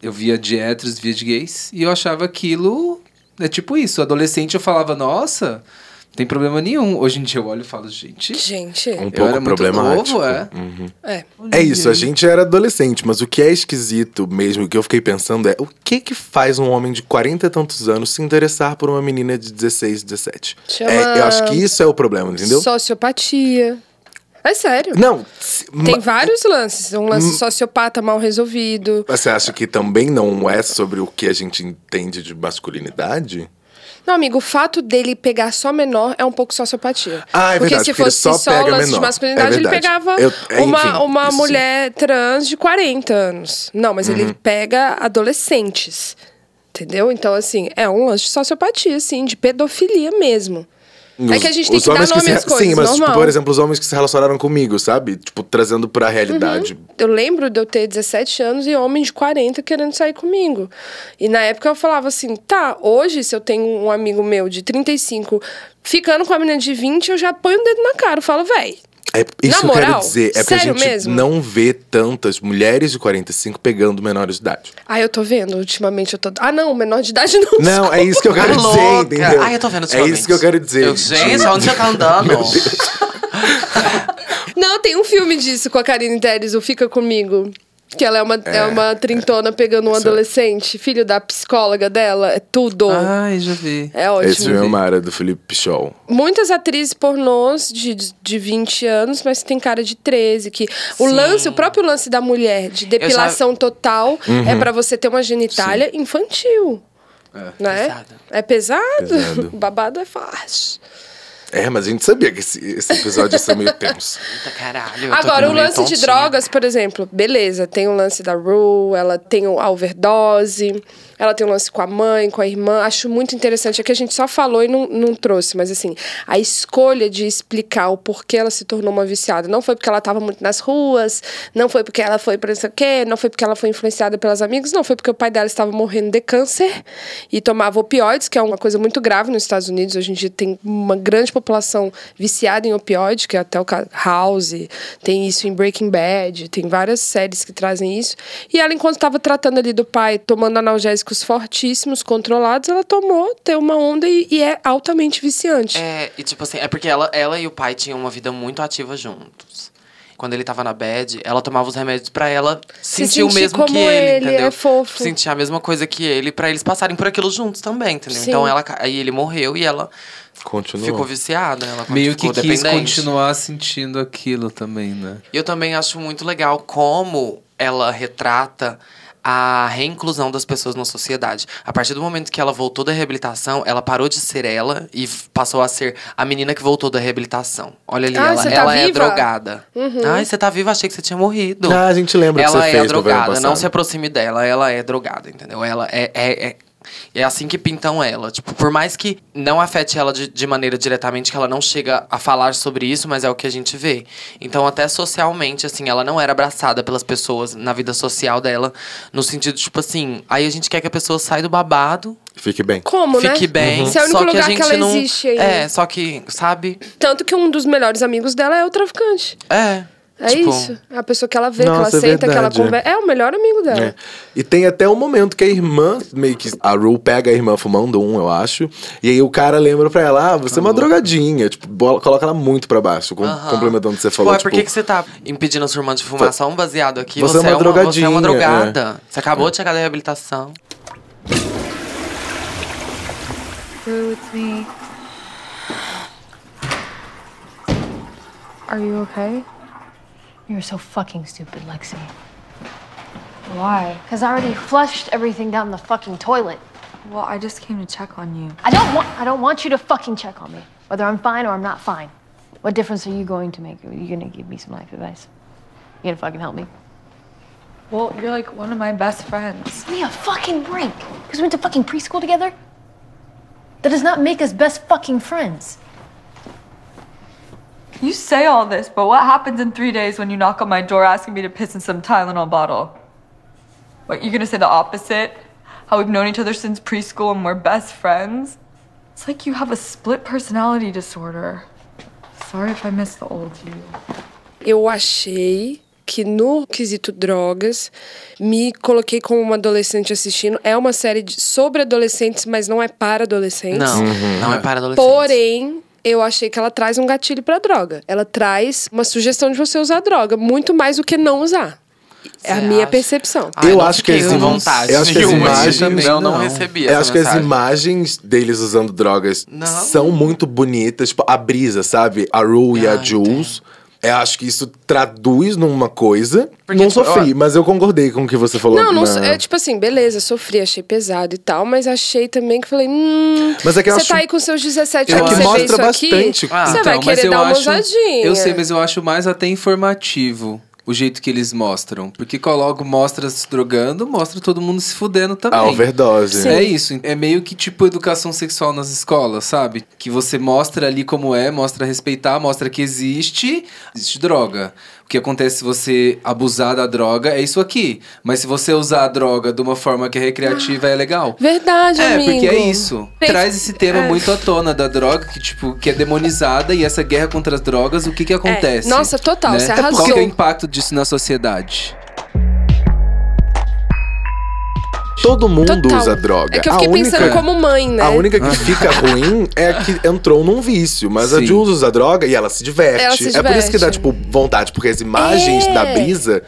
Eu via de héteros, via de gays, e eu achava aquilo. É tipo isso. Adolescente eu falava, nossa, não tem problema nenhum. Hoje em dia eu olho e falo, gente. Gente, Um Eu era pouco muito problemático. novo, é. é. É isso, a gente era adolescente, mas o que é esquisito mesmo, o que eu fiquei pensando é o que que faz um homem de 40 e tantos anos se interessar por uma menina de 16, 17? Chama- É, eu acho que isso é o problema, entendeu? Sociopatia. É sério. Não, se- Tem ma- vários lances. Um lance sociopata mal resolvido. você acha que também não é sobre o que a gente entende de masculinidade? Não, amigo, o fato dele pegar só menor é um pouco sociopatia. Ah, é porque verdade, se porque ele fosse só pega lance de menor. masculinidade, É ele verdade. pegava Eu- é, enfim, uma, isso uma sim. Uhum. mulher trans de 40 anos. Não, mas ele pega adolescentes. Entendeu? Então, assim, é um lance de sociopatia, assim, de pedofilia mesmo. é que a gente tem Os que dar homens nome se- às coisas, Sim, mas, normal. tipo, por exemplo, os homens que se relacionaram comigo, sabe? Tipo, trazendo pra realidade. Eu lembro de eu ter 17 anos e homem de 40 querendo sair comigo. E na época eu falava assim, tá, hoje se eu tenho um amigo meu de 35 ficando com a menina de 20, eu já ponho o dedo na cara, eu falo, véi, É, isso Na eu quero moral? dizer. É porque a Sério gente mesmo? não vê tantas mulheres de 45 pegando menores de idade. ah, eu tô vendo, ultimamente eu tô... Ah, não, menor de idade não, Não, é isso que eu quero Tá dizer, louca. entendeu? Ai, eu tô vendo É ultimamente. isso que eu quero dizer. Eu, gente, onde você tá andando? [LAUGHS] Não, tem um filme disso com a Karine Teres, o Fica Comigo. Que ela é uma, é. uma trintona pegando um adolescente, filho da psicóloga dela, é tudo. Ai, já vi. É Ah. Esse ótimo. filme é uma área do Felipe Pichol. Muitas atrizes pornôs de, de 20 anos, mas tem cara de 13. Que o Sim. lance, o próprio lance da mulher de depilação total é pra você ter uma genitália infantil. Né? Pesado. É pesado. Pesado. [LAUGHS] Babado é fácil. É, mas a gente sabia que esse, esse episódio ia ser meio tenso. Eita, caralho. eu tô Agora, ficando o meio lance de tontinha. drogas, por exemplo, beleza, tem o lance da Rue, ela tem o- a overdose, ela tem o lance com a mãe, com a irmã. Acho muito interessante. É que a gente só falou e não, não trouxe, mas assim, a escolha de explicar o porquê ela se tornou uma viciada. Não foi porque ela tava muito nas ruas, não foi porque ela foi pra não sei o quê, não foi porque ela foi influenciada pelas amigas, não foi porque o pai dela estava morrendo de câncer e tomava opioides, que é uma coisa muito grave nos Estados Unidos. Hoje em dia tem uma grande população viciada em opioide, que é até o ca- House, tem isso em Breaking Bad, tem várias séries que trazem isso. E ela, enquanto estava tratando ali do pai, tomando analgésicos fortíssimos, controlados, ela tomou, teve uma onda e, e é altamente viciante. É, e tipo assim, é porque ela, ela e o pai tinham uma vida muito ativa juntos. Quando ele tava na bed, ela tomava os remédios pra ela Se sentir o sentir mesmo como que ele, ele, entendeu? é fofo. Sentir a mesma coisa que ele, pra eles passarem por aquilo juntos também, entendeu? Sim. Então ela ca- aí ele morreu e ela Continua. ficou viciada, ela Meio que ficou quis dependente. continuar sentindo aquilo também, né? Eu também acho muito legal como ela retrata a reinclusão das pessoas na sociedade. A partir do momento que ela voltou da reabilitação, ela parou de ser ela e f- passou a ser a menina que voltou da reabilitação. Olha ali, Ah, ela, você tá ela é viva? Uhum. drogada. Ai, você tá viva? Achei que você tinha morrido. [LAUGHS] Ah, a gente lembra que Ela você é fez no verão drogada, passado. não se aproxime dela, ela é drogada, entendeu? Ela é. é, é é assim que pintam ela. Tipo, por mais que não afete ela de, de maneira diretamente, que ela não chega a falar sobre isso, mas é o que a gente vê. Então, até socialmente, assim, ela não era abraçada pelas pessoas na vida social dela, no sentido, tipo assim, aí a gente quer que a pessoa saia do babado, Fique bem. Como, né? fique bem. Esse é o único só que a lugar que, gente ela não. existe ainda. É, só que, sabe? Tanto que um dos melhores amigos dela é o traficante. É. É tipo, isso. É a pessoa que ela vê, que Nossa, ela é senta, que ela verdade. conversa. É o melhor amigo dela. É. E tem até um momento que a irmã, meio que a Rue pega a irmã fumando um, eu acho. E aí o cara lembra pra ela, ah, você é uma drogadinha. Tipo, bola- coloca ela muito pra baixo, com, Aham. complementando o que você Tipo, falou. é ah, tipo, por que, que você tá impedindo a sua irmã de fumar só um baseado aqui? Você é uma Você é drogadinha, uma é. drogada. Você acabou de chegar da reabilitação. Rue, it's me. Are you okay? You're so fucking stupid, Lexi. Why? Because I already flushed everything down the fucking toilet. Well, I just came to check on you. I don't want I don't want you to fucking check on me. Whether I'm fine or I'm not fine. What difference are you going to make? Are you gonna give me some life advice? You gonna fucking help me? Well, you're like one of my best friends. Give me a fucking break. Because we went to fucking preschool together? That does not make us best fucking friends. You say all this, but what happens in three days when you knock on my door asking me to piss in some Tylenol bottle? What, you're gonna say the opposite? How we've known each other since preschool and we're best friends? It's like you have a split personality disorder. Sorry if I miss the old you. Eu achei que no quesito drogas, me coloquei como uma adolescente assistindo. É uma série de- sobre adolescentes, mas não é para adolescentes. Não, Uhum. não é para adolescentes. Porém, eu achei que ela traz um gatilho pra droga. Ela traz uma sugestão de você usar droga, muito mais do que não usar. É a Cê minha acha? Ah, percepção. Ai, Eu não acho que fiquei as com imagens- vontade. eu acho que as nenhuma. imagens também não, não não. recebi Eu essa acho que as mensagem. imagens deles usando drogas Não. são muito bonitas. Tipo, a brisa, sabe? A Rue e Ah, a Jules. Eu acho que isso traduz numa coisa. Porque, não tipo, sofri, ó- mas eu concordei com o que você falou. Não, não, na- é tipo assim, beleza, sofri, achei pesado e tal, mas achei também que falei, hum. Mas é que eu você acho- tá aí com seus 17 Eu anos, acho- você vê Mostra isso bastante. aqui, Ah, você vai Então, mas querer eu dar uma acho- ousadinha. Eu sei, mas eu acho mais até informativo. o jeito que eles mostram. Porque logo mostra se drogando, mostra todo mundo se fudendo também. A overdose. É isso. É meio que tipo educação sexual nas escolas, sabe? Que você mostra ali como é, mostra respeitar, mostra que existe, existe droga. O que acontece se você abusar da droga é isso aqui. Mas se você usar a droga de uma forma que é recreativa, é legal. Verdade, É, amigo. é. porque é isso. Tem- Traz esse tema muito à tona da droga, que, tipo, que é demonizada e essa guerra contra as drogas, o que que acontece? É, Nossa, total, você Qual que é arrasou. o impacto disso na sociedade? Todo mundo Total. usa droga. É que eu A fiquei pensando única- como mãe, né? A única que fica ruim é a que entrou num vício. Mas a Sim. Jules usa droga e ela se diverte. Ela se É por isso que dá, diverte. tipo, vontade. Porque as imagens É. da brisa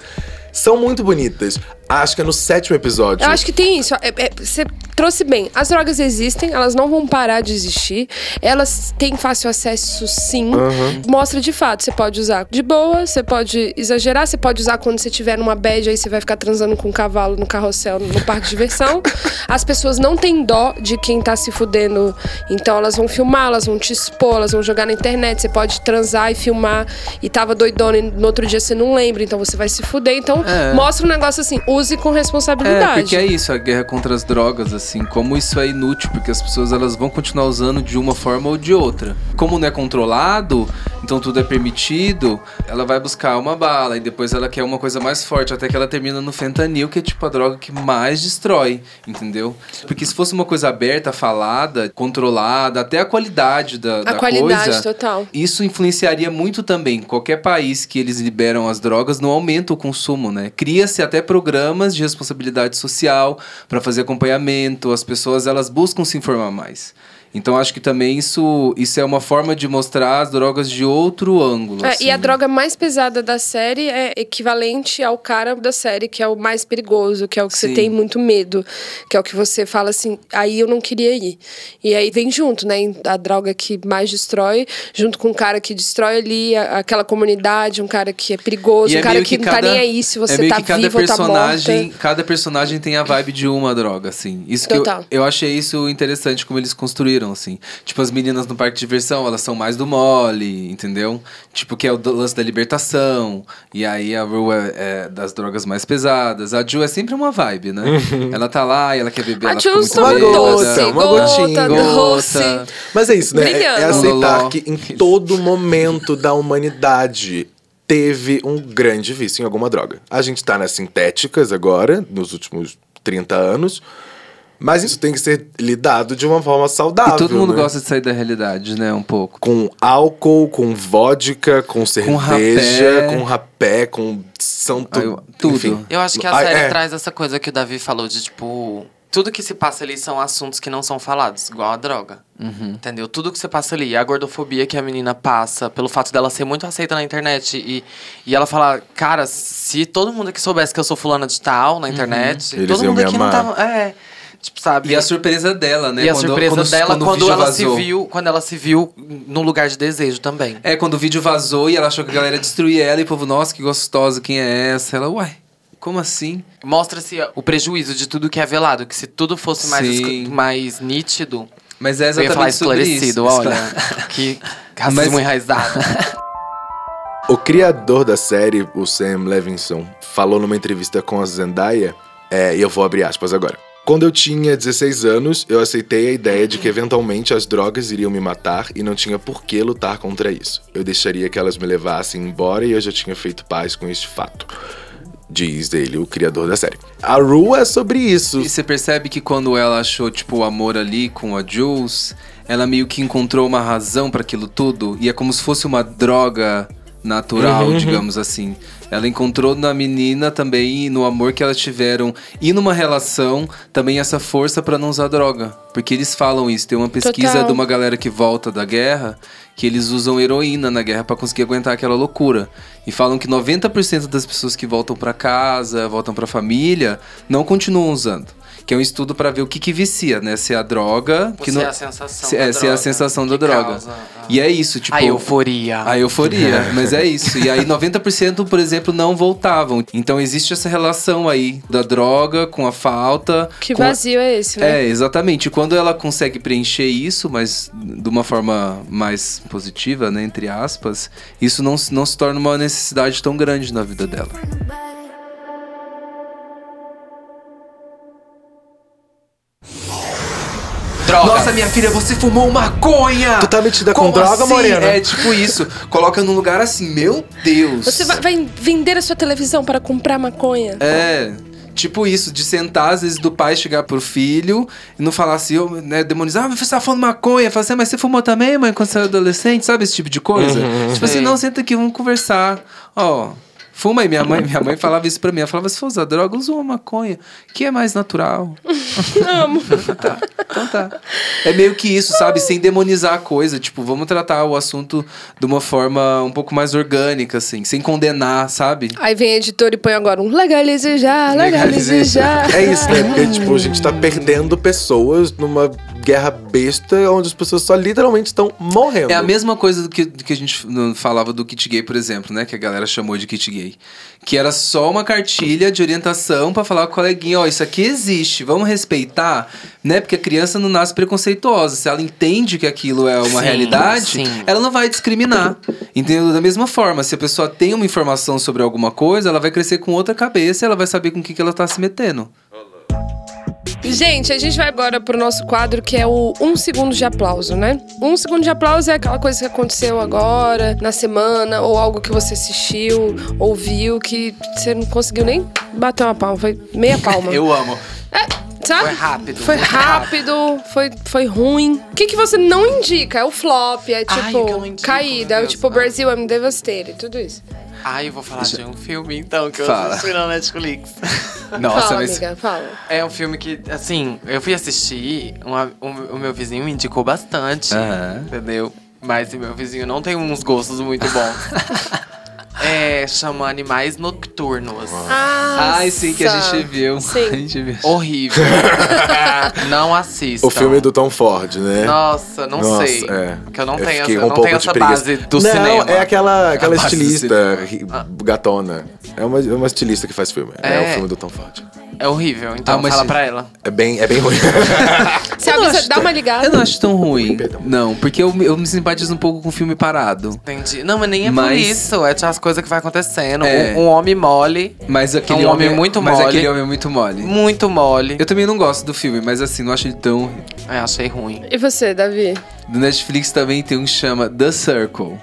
são muito bonitas. Acho que é no sétimo episódio. Eu acho que tem isso. É- é- Você trouxe bem. As drogas existem, elas não vão parar de existir. Elas têm fácil acesso, sim. Mostra de fato. Você pode usar de boa, você pode exagerar, você pode usar quando você estiver numa bad, aí você vai ficar transando com um cavalo no carrossel, no parque de diversão. As pessoas não têm dó de quem tá se fudendo. Então elas vão filmar, elas vão te expor, elas vão jogar na internet. Você pode transar e filmar e tava doidona e no outro dia você não lembra, então você vai se fuder. Então É. mostra um negócio assim, use com É, responsabilidade. porque é isso, a guerra contra as drogas, assim, como isso é inútil, porque as pessoas elas vão continuar usando de uma forma ou de outra. Como não é controlado, então tudo é permitido, ela vai buscar uma bala e depois ela quer uma coisa mais forte, até que ela termina no fentanil, que é tipo a droga que mais destrói, entendeu? Porque se fosse uma coisa aberta, falada, controlada, até a qualidade da, da qualidade coisa, tipo total. isso influenciaria muito também. Qualquer país que eles liberam as drogas não aumenta o consumo, né? Cria-se até programas de responsabilidade social para fazer acompanhamento. As pessoas elas buscam se informar mais. Então acho que também isso, isso é uma forma de mostrar as drogas de outro ângulo. É, assim, e a né? droga mais pesada da série é equivalente ao cara da série, que é o mais perigoso, que é o que você Sim. tem muito medo, que é o que você fala assim, aí eu não queria ir. E aí vem junto, né? A droga que mais destrói, junto com o cara que destrói ali a- aquela comunidade, um cara que é perigoso, E um é cara meio que, não tá cada- nem aí se você é meio tá que cada vivo ou tá morta. personagem, cada personagem tem a vibe de uma droga, assim. Isso que eu, Total. eu achei isso interessante como eles construíram, assim. Tipo, as meninas no parque de diversão, elas são mais do mole, entendeu? Tipo, que é o do- lance da libertação. E aí a Rue é, é das drogas mais pesadas. A Ju é sempre uma vibe, né? ela tá lá e ela quer beber, A ela Ju fica muito só bêbada. doce, Uma gota, doce. Mas é isso, né? É, é Brilhando. aceitar Loló. que em todo momento da humanidade teve um grande vício em alguma droga. A gente tá nas sintéticas agora, nos últimos 30 anos. Mas isso tem que ser lidado de uma forma saudável. E todo mundo né? gosta de sair da realidade, né? Um pouco. com álcool, com vodka, com cerveja, rapé. com rapé, com santo, Ah, eu- tudo. enfim. Eu acho que a Ah, série é. traz essa coisa que o Davi falou de tipo. Tudo que se passa ali são assuntos que não são falados, igual a droga. Uhum. Entendeu? Tudo que se passa ali, a gordofobia que a menina passa, pelo fato dela ser muito aceita na internet e, e ela falar, cara, se todo mundo aqui soubesse que eu sou fulana de tal Uhum. na internet, Eles todo iam mundo me aqui amar. não tava. É. Tipo, sabe? E a surpresa dela, né? E a Quando- surpresa quando- dela o quando, vídeo ela vazou. se viu, quando ela se viu num lugar de desejo também. É, quando o vídeo vazou e ela achou que a galera ia destruir ela e o povo, nossa, que gostosa, quem é essa? Ela, uai, como assim? Mostra-se o prejuízo de tudo que é velado, que se tudo fosse mais, Sim. escu- mais nítido, Mas é Eu ia falar exatamente sobre esclarecido, [LAUGHS] isso. olha. [LAUGHS] Esclare- que racismo Mas- [LAUGHS] enraizado. O criador da série, o Sam Levinson, falou numa entrevista com a Zendaya, é, e eu vou abrir aspas agora. Quando eu tinha 16 anos, eu aceitei a ideia de que eventualmente as drogas iriam me matar e não tinha por que lutar contra isso. Eu deixaria que elas me levassem embora e eu já tinha feito paz com este fato. Diz ele, o criador da série. A Rue é sobre isso. E você percebe que quando ela achou, tipo, o amor ali com a Jules, ela meio que encontrou uma razão pra aquilo tudo. E é como se fosse uma droga natural, Uhum, digamos assim. Ela encontrou na menina também, e no amor que elas tiveram, e numa relação, também essa força pra não usar droga. Porque eles falam isso. Tem uma pesquisa Total. de uma galera que volta da guerra, que eles usam heroína na guerra pra conseguir aguentar aquela loucura. E falam que 90% das pessoas que voltam pra casa, voltam pra família, não continuam usando. que é um estudo pra ver o que que vicia, né? Se é a droga, Ou que se não é a sensação se, da é, se é a droga sensação da que droga. causa ah. a- E é isso, tipo, A euforia. a euforia, mas é isso. E aí 90%, por exemplo, não voltavam. Então existe essa relação aí da droga com a falta. Que com a- vazio é esse, né? É, exatamente. Quando ela consegue preencher isso, mas de uma forma mais positiva, né, entre aspas, isso não, se- não se torna uma necessidade tão grande na vida dela. Droga. Nossa, minha filha, você fumou maconha! Tu tá metida com Como droga, assim? morena? É tipo isso. Coloca num lugar assim, meu Deus. Você vai, vai vender a sua televisão para comprar maconha? É. Tipo isso, de sentar, às vezes, do pai chegar pro filho e não falar assim, ô, né, demonizar, ah, mas você tá falando maconha. Falar assim, "Ah, mas você fumou também, mãe, quando você era adolescente, sabe? Esse tipo de coisa. tipo assim, Sei. não, senta aqui, vamos conversar. Ó, fuma aí. Minha mãe, minha mãe falava isso pra mim. Ela falava, assim, se for usar droga, usa uma maconha, que é mais natural. [LAUGHS] Amo. Então tá. É meio que isso, sabe? Sem demonizar a coisa. Tipo, vamos tratar o assunto de uma forma um pouco mais orgânica, assim. Sem condenar, sabe? Aí vem a editora e põe agora um legalize já, legalize, já. É isso, né? Porque, tipo, a gente tá perdendo pessoas numa guerra besta onde as pessoas só literalmente estão morrendo. É a mesma coisa do que, do que a gente no- falava do kit gay, por exemplo, né? Que a galera chamou de kit gay. Que era só uma cartilha de orientação pra falar com o coleguinha, ó, isso aqui existe, vamos respeitar, né? Porque a criança não nasce preconceituosa. Se ela entende que aquilo é uma Sim, realidade, sim. ela não vai discriminar. Entendeu? Da mesma forma, se a pessoa tem uma informação sobre alguma coisa, ela vai crescer com outra cabeça e ela vai saber com o que, que ela tá se metendo. Gente, a gente vai agora pro nosso quadro que é o Um Segundo de Aplauso, né? Um Segundo de Aplauso é aquela coisa que aconteceu agora, na semana, ou algo que você assistiu, ouviu, que você não conseguiu nem bater uma palma, foi meia palma. Eu amo. É, sabe? Foi rápido, Foi muito rápido, foi, foi ruim. O que, que você não indica? É o flop, Ai, é o que eu tipo não indico, caída, meu é o Deus, tipo não. Brasil, I'm devastated, tudo isso. Ai, eu vou falar de um filme, então, que eu Fala. assisti na Netflix. Nossa, fala, mas. amiga, fala. É um filme que, assim, eu fui assistir, uma- o, o meu vizinho me indicou bastante, Aham. entendeu? Mas meu vizinho não tem uns gostos muito [LAUGHS] bons. é, chama Animais Nocturnos. Ai, sim, que a gente viu. Sim. A gente viu. [LAUGHS] Horrível. não assista. O filme do Tom Ford, É. né? Nossa, então. não Nossa, sei. é. Porque eu não Eu tenho fiquei essa, com um não pouco tenho de essa preguiça. base do não, cinema. é aquela, [LAUGHS] aquela base do estilista ri- gatona. É uma, é uma estilista que faz filme. É. É. o filme do Tom Ford. É horrível, então Ah, mas- fala pra ela. É bem, é bem ruim. [LAUGHS] Você avisa, dá uma ligada. Eu não acho tão ruim, não, porque eu, eu me simpatizo um pouco com o filme parado. Entendi. Não, mas nem é por Mas- isso. É tipo as coisas que vai acontecendo. É. Um, um homem mole, Mas aquele um homem muito mas mole. aquele homem é muito mole. muito mole. Eu também não gosto do filme, mas assim, não acho ele tão. ruim. É, achei ruim. E você, Davi? Do Netflix também tem um que chama The Circle.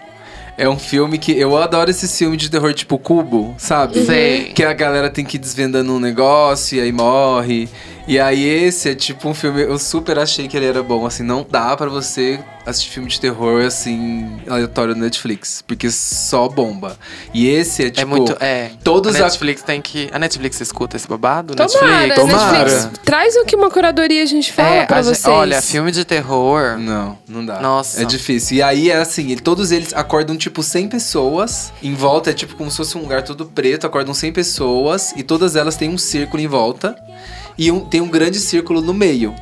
É um filme que. Eu adoro esse filme de terror tipo Cubo, sabe? Sei. Que a galera tem que ir desvendando um negócio e aí morre. E aí esse é tipo um filme. Eu super achei que ele era bom. Assim, não dá pra você assistir filme de terror assim, aleatório no Netflix. Porque só bomba. E esse é tipo. é muito. É. todos a a- Netflix tem que. A Netflix escuta esse babado? Tomara, Netflix. Tomara. Netflix. Traz o que uma curadoria a gente fala É, pra a gente- vocês. olha, filme de terror. Não, não dá. Nossa. É difícil. E aí é assim, ele- todos eles acordam tipo 100 pessoas. Em volta é tipo como se fosse um lugar todo preto, acordam 100 pessoas e todas elas têm um círculo em volta e um- tem um grande círculo no meio.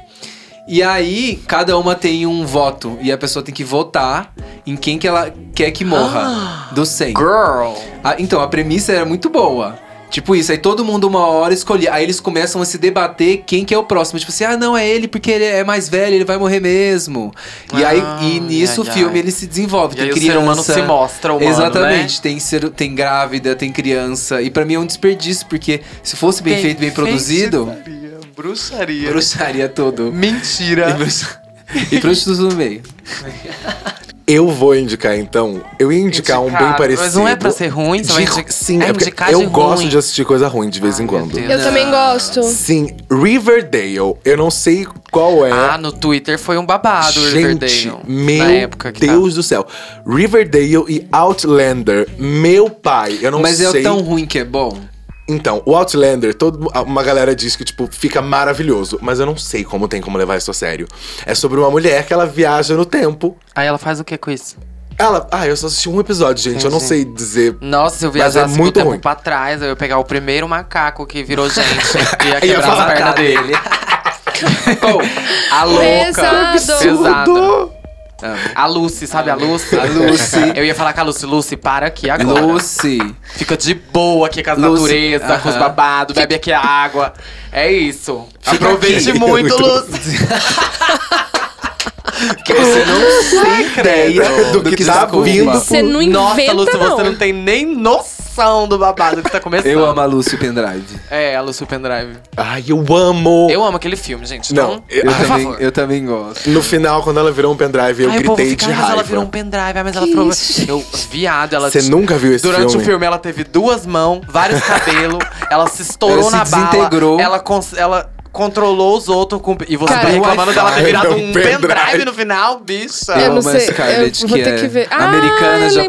E aí, cada uma tem um voto e a pessoa tem que votar em quem que ela quer que morra do 100. Girl. Ah, então, a premissa era muito boa. Tipo isso, aí todo mundo uma hora escolhia. Aí eles começam a se debater quem que é o próximo. Tipo assim, ah, não, é ele porque ele é mais velho, ele vai morrer mesmo. E Ah, aí, e nisso ai, o filme ai. ele se desenvolve. E tem aí o criança. ser humano se mostra humano, né? Exatamente. Tem, ser, tem grávida, tem criança. E pra mim é um desperdício, porque se fosse bem feito, bem produzido, Bruxaria. bruxaria tudo. Mentira. E, bruxa... e prostituto no meio. eu vou indicar, então. Eu ia indicar um bem Indicado. parecido. Mas não é pra ser ruim, você vai De- indicar- Sim, é é porque indicar de eu ruim. gosto de assistir coisa ruim de vez em quando. Deus. Eu também gosto. Sim, Riverdale. Eu não sei qual é. Ah, no Twitter foi um babado o Gente, Riverdale. meu na época que Deus do céu. Riverdale e Outlander, meu pai. Eu não Mas sei. é tão ruim que é bom. Então, o Outlander, todo, uma galera diz que, tipo, fica maravilhoso. Mas eu não sei como tem como levar isso a sério. É sobre uma mulher que ela viaja no tempo. Tá. Aí ela faz o que com isso? Ela. Ah, eu só assisti um episódio, gente. Eu não Entendi. sei dizer. Nossa, se eu Mas é viajasse muito muito tempo ruim. [LAUGHS] pra trás, eu ia pegar o primeiro macaco que virou gente e ia Ia quebrar falar as na cara pernas dele. Ou, a louca. Pesado. Pesado. A Lucy, sabe a Lucy? A Lucy. Eu ia falar com a Lucy. Lucy, para aqui agora. Lucy. Fica de boa aqui com as Lucy, naturezas, com os aham. babados, bebe aqui a água. É isso. Aproveite aqui. [LAUGHS] É muito, Muito Lucy. Que você não tem ideia do que tá desculpa. vindo por- Você não Tipo, Nossa, inventa, Lucy, não. você não tem nem noção do babado que tá começando. Eu amo a Lucy Pendrive. É, a Lucy Pendrive. Ai, eu amo! Eu amo aquele filme, gente. Não, Então, eu [LAUGHS] Eu, Ah, por também, favor. eu também gosto. No final, quando ela virou um pendrive, eu Ai, o povo gritei fica, de "Ai, mas raiva. ela virou um pendrive, ai, mas ela virou... Eu, viado, ela... Você nunca viu esse Durante um filme? o filme, ela teve duas mãos, [LAUGHS] vários cabelos, ela se estourou Ela se na bala. desintegrou. Ela, cons- ela controlou os outros com... E você tá Cara, reclamando dela ter Wi-Fi, virado é um um pendrive. pendrive. no final, bicha. Eu Eu não amo a sei, Scarlett, eu vou que ter é que ver. Ah, americana, eu lembrei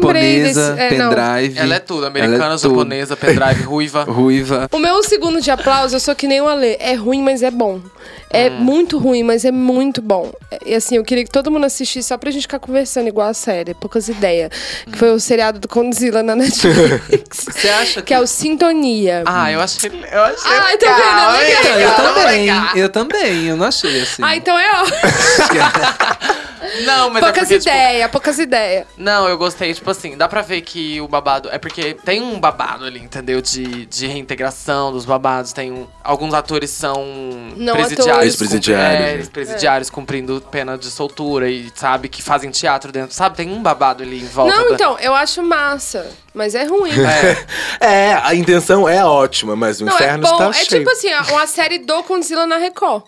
japonesa, desse- é, não. pendrive. Ela é tudo. Ela Americana, tudo. japonesa, pendrive, [LAUGHS] ruiva. Ruiva. O meu segundo de aplauso, eu sou que nem o Ale. É ruim, mas é bom. É Hum. muito ruim, mas é muito bom. E assim, eu queria que todo mundo assistisse só pra gente ficar conversando igual a série, poucas ideias. Que foi o seriado do Condzilla na Netflix. [LAUGHS] Você acha que... que é o Sintonia. Ah, então, eu achei... Eu achei Ai, tô legal, vendo, é hein? legal. Eu Legal, também, é legal. eu também, eu não achei assim. Ah, então é ó. Não, mas é [LAUGHS] poucas porque, tipo, ideias, poucas ideias. Não, eu gostei, tipo assim, dá pra ver que o babado. É porque tem um babado ali, entendeu? De, de reintegração dos babados. Tem um- alguns atores são Não presidiários. atores. Ex-presidiários, cumpri- é, né? ex-presidiários cumprindo pena de soltura e, sabe, que fazem teatro dentro. Sabe, tem um babado ali em volta. Não, da- então, eu acho massa, mas é ruim. [LAUGHS] É, a intenção é ótima, mas o Não, é inferno bom. está é cheio. tipo assim, ó, uma série do Condzilla na Record.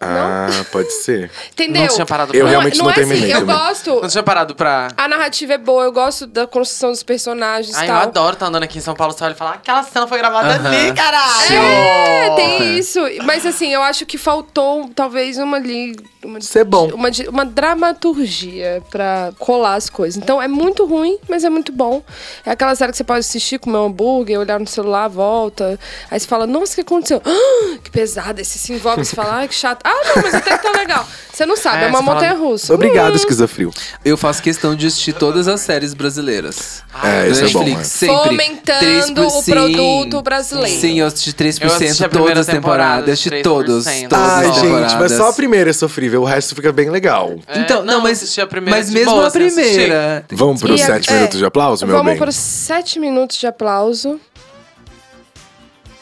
ah, pode [LAUGHS] ser. Entendeu? Não tinha parado Eu pra. realmente não é terminei assim, eu também. gosto. Não tinha parado pra. A narrativa é boa, eu gosto da construção dos personagens e Ai, Ah, eu tal. adoro estar andando aqui em São Paulo só e falar, aquela cena foi gravada ali, caralho! É, tem isso. Mas assim, eu acho que faltou talvez uma ali. Uma, Ser bom. Uma, di- uma dramaturgia pra colar as coisas. Então é muito ruim, mas é muito bom. É aquela série que você pode assistir, comer um hambúrguer, olhar no celular, volta. Aí você fala, nossa, o que aconteceu? [GASPS] Ah, que pesado. Aí você se envolve, você fala, ah, que chato. Ah, não, mas até que tá legal. Você não sabe, É, é, uma você fala, montanha russa. Obrigado, esquizofrio. Eu faço questão de assistir todas as séries brasileiras. Ah, É, isso é bom, Netflix, é. sempre. Fomentando 3%, o produto brasileiro. Sim, eu assisti 3% Eu assisti a primeira todas as temporadas. Eu assisti temporada, todos. 3%. todas as Ai, gente, mas temporadas. só a primeira é sofrível, o resto fica bem legal. É, Então, não, não, mas, assisti a primeira mas de mesmo boa, a assim, assisti. primeira. Vamos para E os a- sete é, minutos de aplauso, meu Vamos bem? para os sete minutos de aplauso.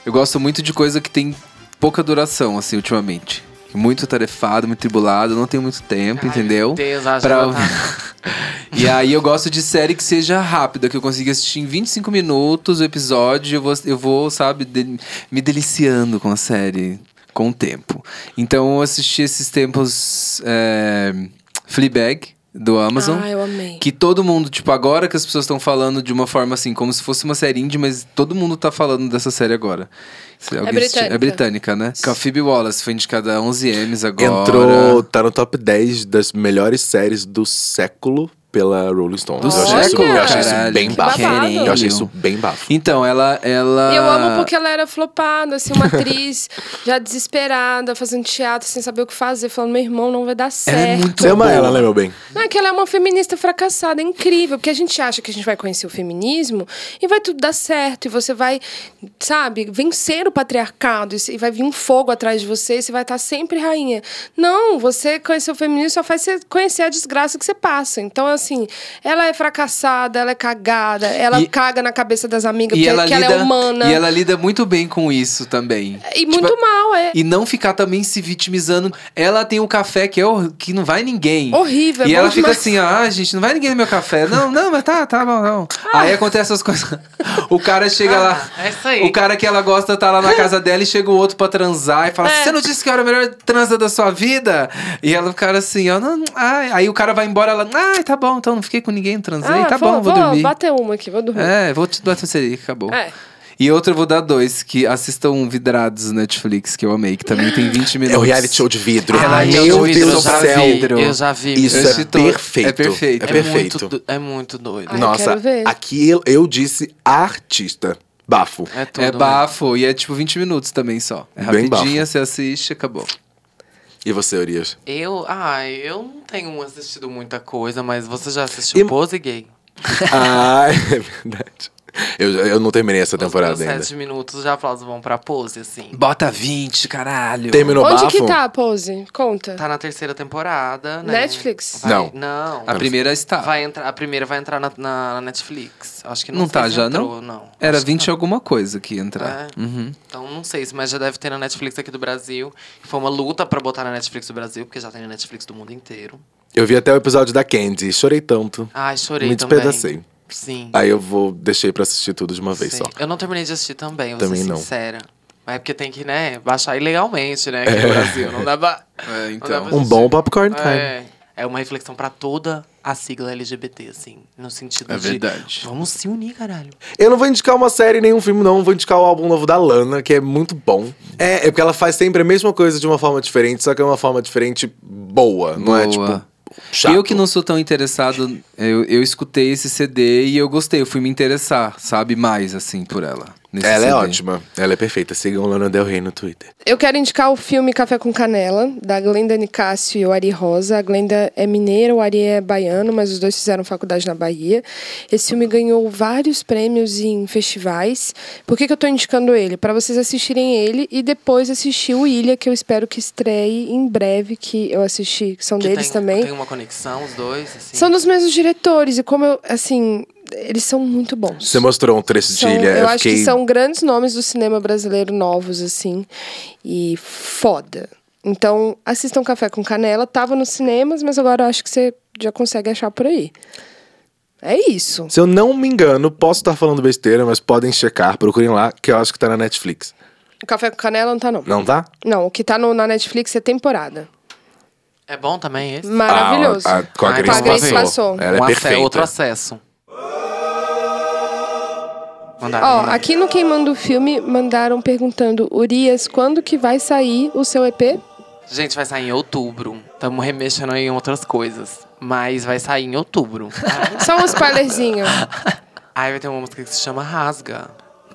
Eu gosto muito de coisa que tem pouca duração, assim, ultimamente. Muito tarefado, muito tribulado, não tenho muito tempo, entendeu? Meu Deus, acho [LAUGHS] Pra- que tá... e aí eu gosto de série que seja rápida, que eu consiga assistir em 25 minutos o episódio, eu vou, eu vou sabe, de- me deliciando com a série, com o tempo. Então eu assisti esses tempos é, Fleabag, do Amazon. Ah, eu amei. Que todo mundo, tipo, agora que as pessoas estão falando de uma forma assim, como se fosse uma série indie, mas todo mundo tá falando dessa série agora. Se alguém assistir- britânica. É britânica, né? Com a Phoebe Wallace, foi indicada a 11 M's agora. Entrou, tá no top 10 das melhores séries do século pela Rolling Stones. Do eu achei isso, século? eu achei isso Caralho, bem que bafo. babado. Eu achei isso bem bafo. Então, ela. ela... E eu amo um porque ela era flopada, assim, uma atriz [LAUGHS] já desesperada, fazendo teatro sem saber o que fazer, falando: meu irmão, não vai dar certo. Ela é muito Você ama boa. ela, né, meu bem? Não, é que ela é uma feminista fracassada, é incrível, porque a gente acha que a gente vai conhecer o feminismo e vai tudo dar certo, e você vai, sabe, vencer o patriarcado, e se- e vai vir um fogo atrás de você, e você vai estar sempre rainha. Não, você conhecer o feminismo só faz você conhecer a desgraça que você passa. Então, assim, ela é fracassada, ela é cagada, ela E- caga na cabeça das amigas, E porque, ela, que lida, ela é humana. e ela lida muito bem com isso também. E Tipo, muito mal, é. E não ficar também se vitimizando. Ela tem um café que, é hor- que não vai ninguém. Horrível, é E bom ela fica demais. assim, ah, gente, não vai ninguém no meu café. Não, não, mas tá, tá bom, não. Ah. Aí acontecem essas coisas. [LAUGHS] O cara chega Ah, lá. é isso aí. O cara que ela gosta tá lá na casa [LAUGHS] dela e chega o outro pra transar e fala: Você não disse que eu era a melhor transa da sua vida? E ela, o cara assim, ó, não, não, ai. Aí o cara vai embora, ela, ai, tá bom, então não fiquei com ninguém, transei, Ah, tá vou, bom, vou, vou dormir. bater uma aqui, vou dormir. É, vou te dar terceira, acabou. É. E outra eu vou dar dois, que assistam Vidrados no Netflix, que eu amei, que também tem 20 minutos. É o reality show de vidro. Ela Ai, é eu show meu já de vi, Deus vidro, do eu já céu. vi, Eu já vi. Isso eu já é vi. vi. perfeito. É perfeito. É É perfeito. Muito, do- é muito doido. Ai, Nossa, quero ver. aqui eu, eu disse artista. Bafo. É tudo. É né? bafo, e é tipo 20 minutos também só. É Bem rapidinha, bafo. você assiste, acabou. E você, [LAUGHS] Urias? Eu, ai, eu não tenho assistido muita coisa, mas você já assistiu E- Pose Gay? ah, é verdade. Eu, eu não terminei essa temporada Os meus ainda. sete minutos já aplausos vão pra pose, assim. Bota 20, caralho. Terminou Onde bafo? que tá a pose? Conta. Tá na terceira temporada, né? Netflix? Vai- Não. Não. Ah. A primeira está. Vai entrar, a primeira vai entrar na, na- na Netflix. Acho que não, Não sei tá se já, entrou, não? não. Era Acho que 20 e alguma coisa que ia entrar. É. Então não sei, se- mas já deve ter na Netflix aqui do Brasil. Foi uma luta pra botar na Netflix do Brasil, porque já tem na Netflix do mundo inteiro. Eu vi até o episódio da Candy, chorei tanto. Ai, chorei Me também. despedacei. Sim. Aí eu vou deixei pra assistir tudo de uma vez sim. só. Eu não terminei de assistir também, vou Também ser não. sincera. Mas é porque tem que, né, baixar ilegalmente, né, aqui no Brasil. Não dá pra... É, não dá então. pra Um assistir. bom popcorn É. time. É, é uma reflexão pra toda a sigla LGBT, assim. No sentido É de... verdade. Vamos se unir, caralho. Eu não vou indicar uma série, nenhum filme, não. Vou indicar o álbum novo da Lana, que é muito bom. É, é porque ela faz sempre a mesma coisa de uma forma diferente, só que é uma forma diferente boa, não é Boa. tipo. Chato. Eu que não sou tão interessado, eu, eu escutei esse CD e eu gostei, eu fui me interessar, sabe, mais assim por ela. nesse Ela é CD. ótima, ela é perfeita. Sigam Lana Del Rey no Twitter. Eu quero indicar o filme Café com Canela, da Glenda Nicásio e o Ari Rosa. A Glenda é mineira, o Ari é baiano, mas os dois fizeram faculdade na Bahia. Esse filme ganhou vários prêmios em festivais. Por que, que eu estou indicando ele? Para vocês assistirem ele e depois assistir o Ilha, que eu espero que estreie em breve, que eu assisti, que são Que Um deles tem, um, também. Tem uma conexão, os dois, assim. São dos mesmos diretores, e como eu, assim, eles são muito bons. Você mostrou um trecho São- de ilha. eu eu acho fiquei- que são grandes nomes do cinema brasileiro novos, assim. E foda. Então, assistam Café com Canela. Tava nos cinemas, mas agora eu acho que você já consegue achar por aí. É isso. Se eu não me engano, posso estar falando besteira, mas podem checar, procurem lá, que eu acho que tá na Netflix. O Café com Canela não tá, não. Não tá? Não, o que tá no- na Netflix é temporada. É bom também esse? Maravilhoso. Ah, ah, com a Ah, Grace com a Grace passou. passou. Ela é Um ace- perfeita. Outro acesso. Mandaram, Ó, mandaram. aqui no Quem Manda o Filme, mandaram perguntando, Urias, quando que vai sair o seu EP? Gente, vai sair em outubro. Estamos remexendo em outras coisas. Mas vai sair em outubro. [LAUGHS] Só um spoilerzinho. [LAUGHS] Aí vai ter uma música que se chama Rasga.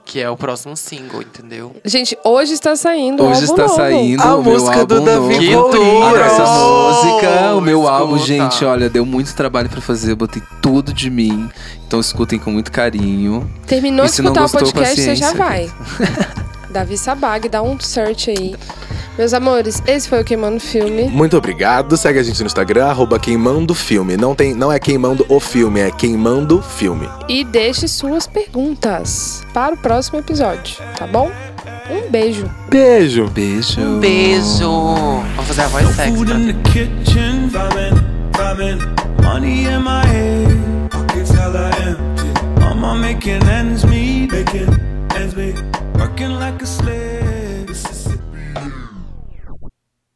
Que é o próximo single, entendeu? Gente, hoje está saindo o Hoje álbum está novo. saindo A o meu música álbum do novo. Davi Que Moura. A nossa Oh, música, o meu escuta. álbum, gente, olha, deu muito trabalho pra fazer, eu botei tudo de mim. Então escutem com muito carinho. Terminou E de se não escutar o gostou, podcast, você já paciência, [LAUGHS] vai. Davi Sabag, dá um search aí. Meus amores, esse foi o Queimando Filme. Muito obrigado. Segue a gente no Instagram, arroba queimando filme. Não, tem, não é queimando o filme, é queimando filme. E deixe suas perguntas para o próximo episódio, tá bom? Um beijo. Beijo! Beijo. Beijo! Vamos fazer a voz sexy pra in the kitchen, vibing, vibing. Money in my head, pockets hella empty. Mama making ends meet, making ends meet. Working like a slave.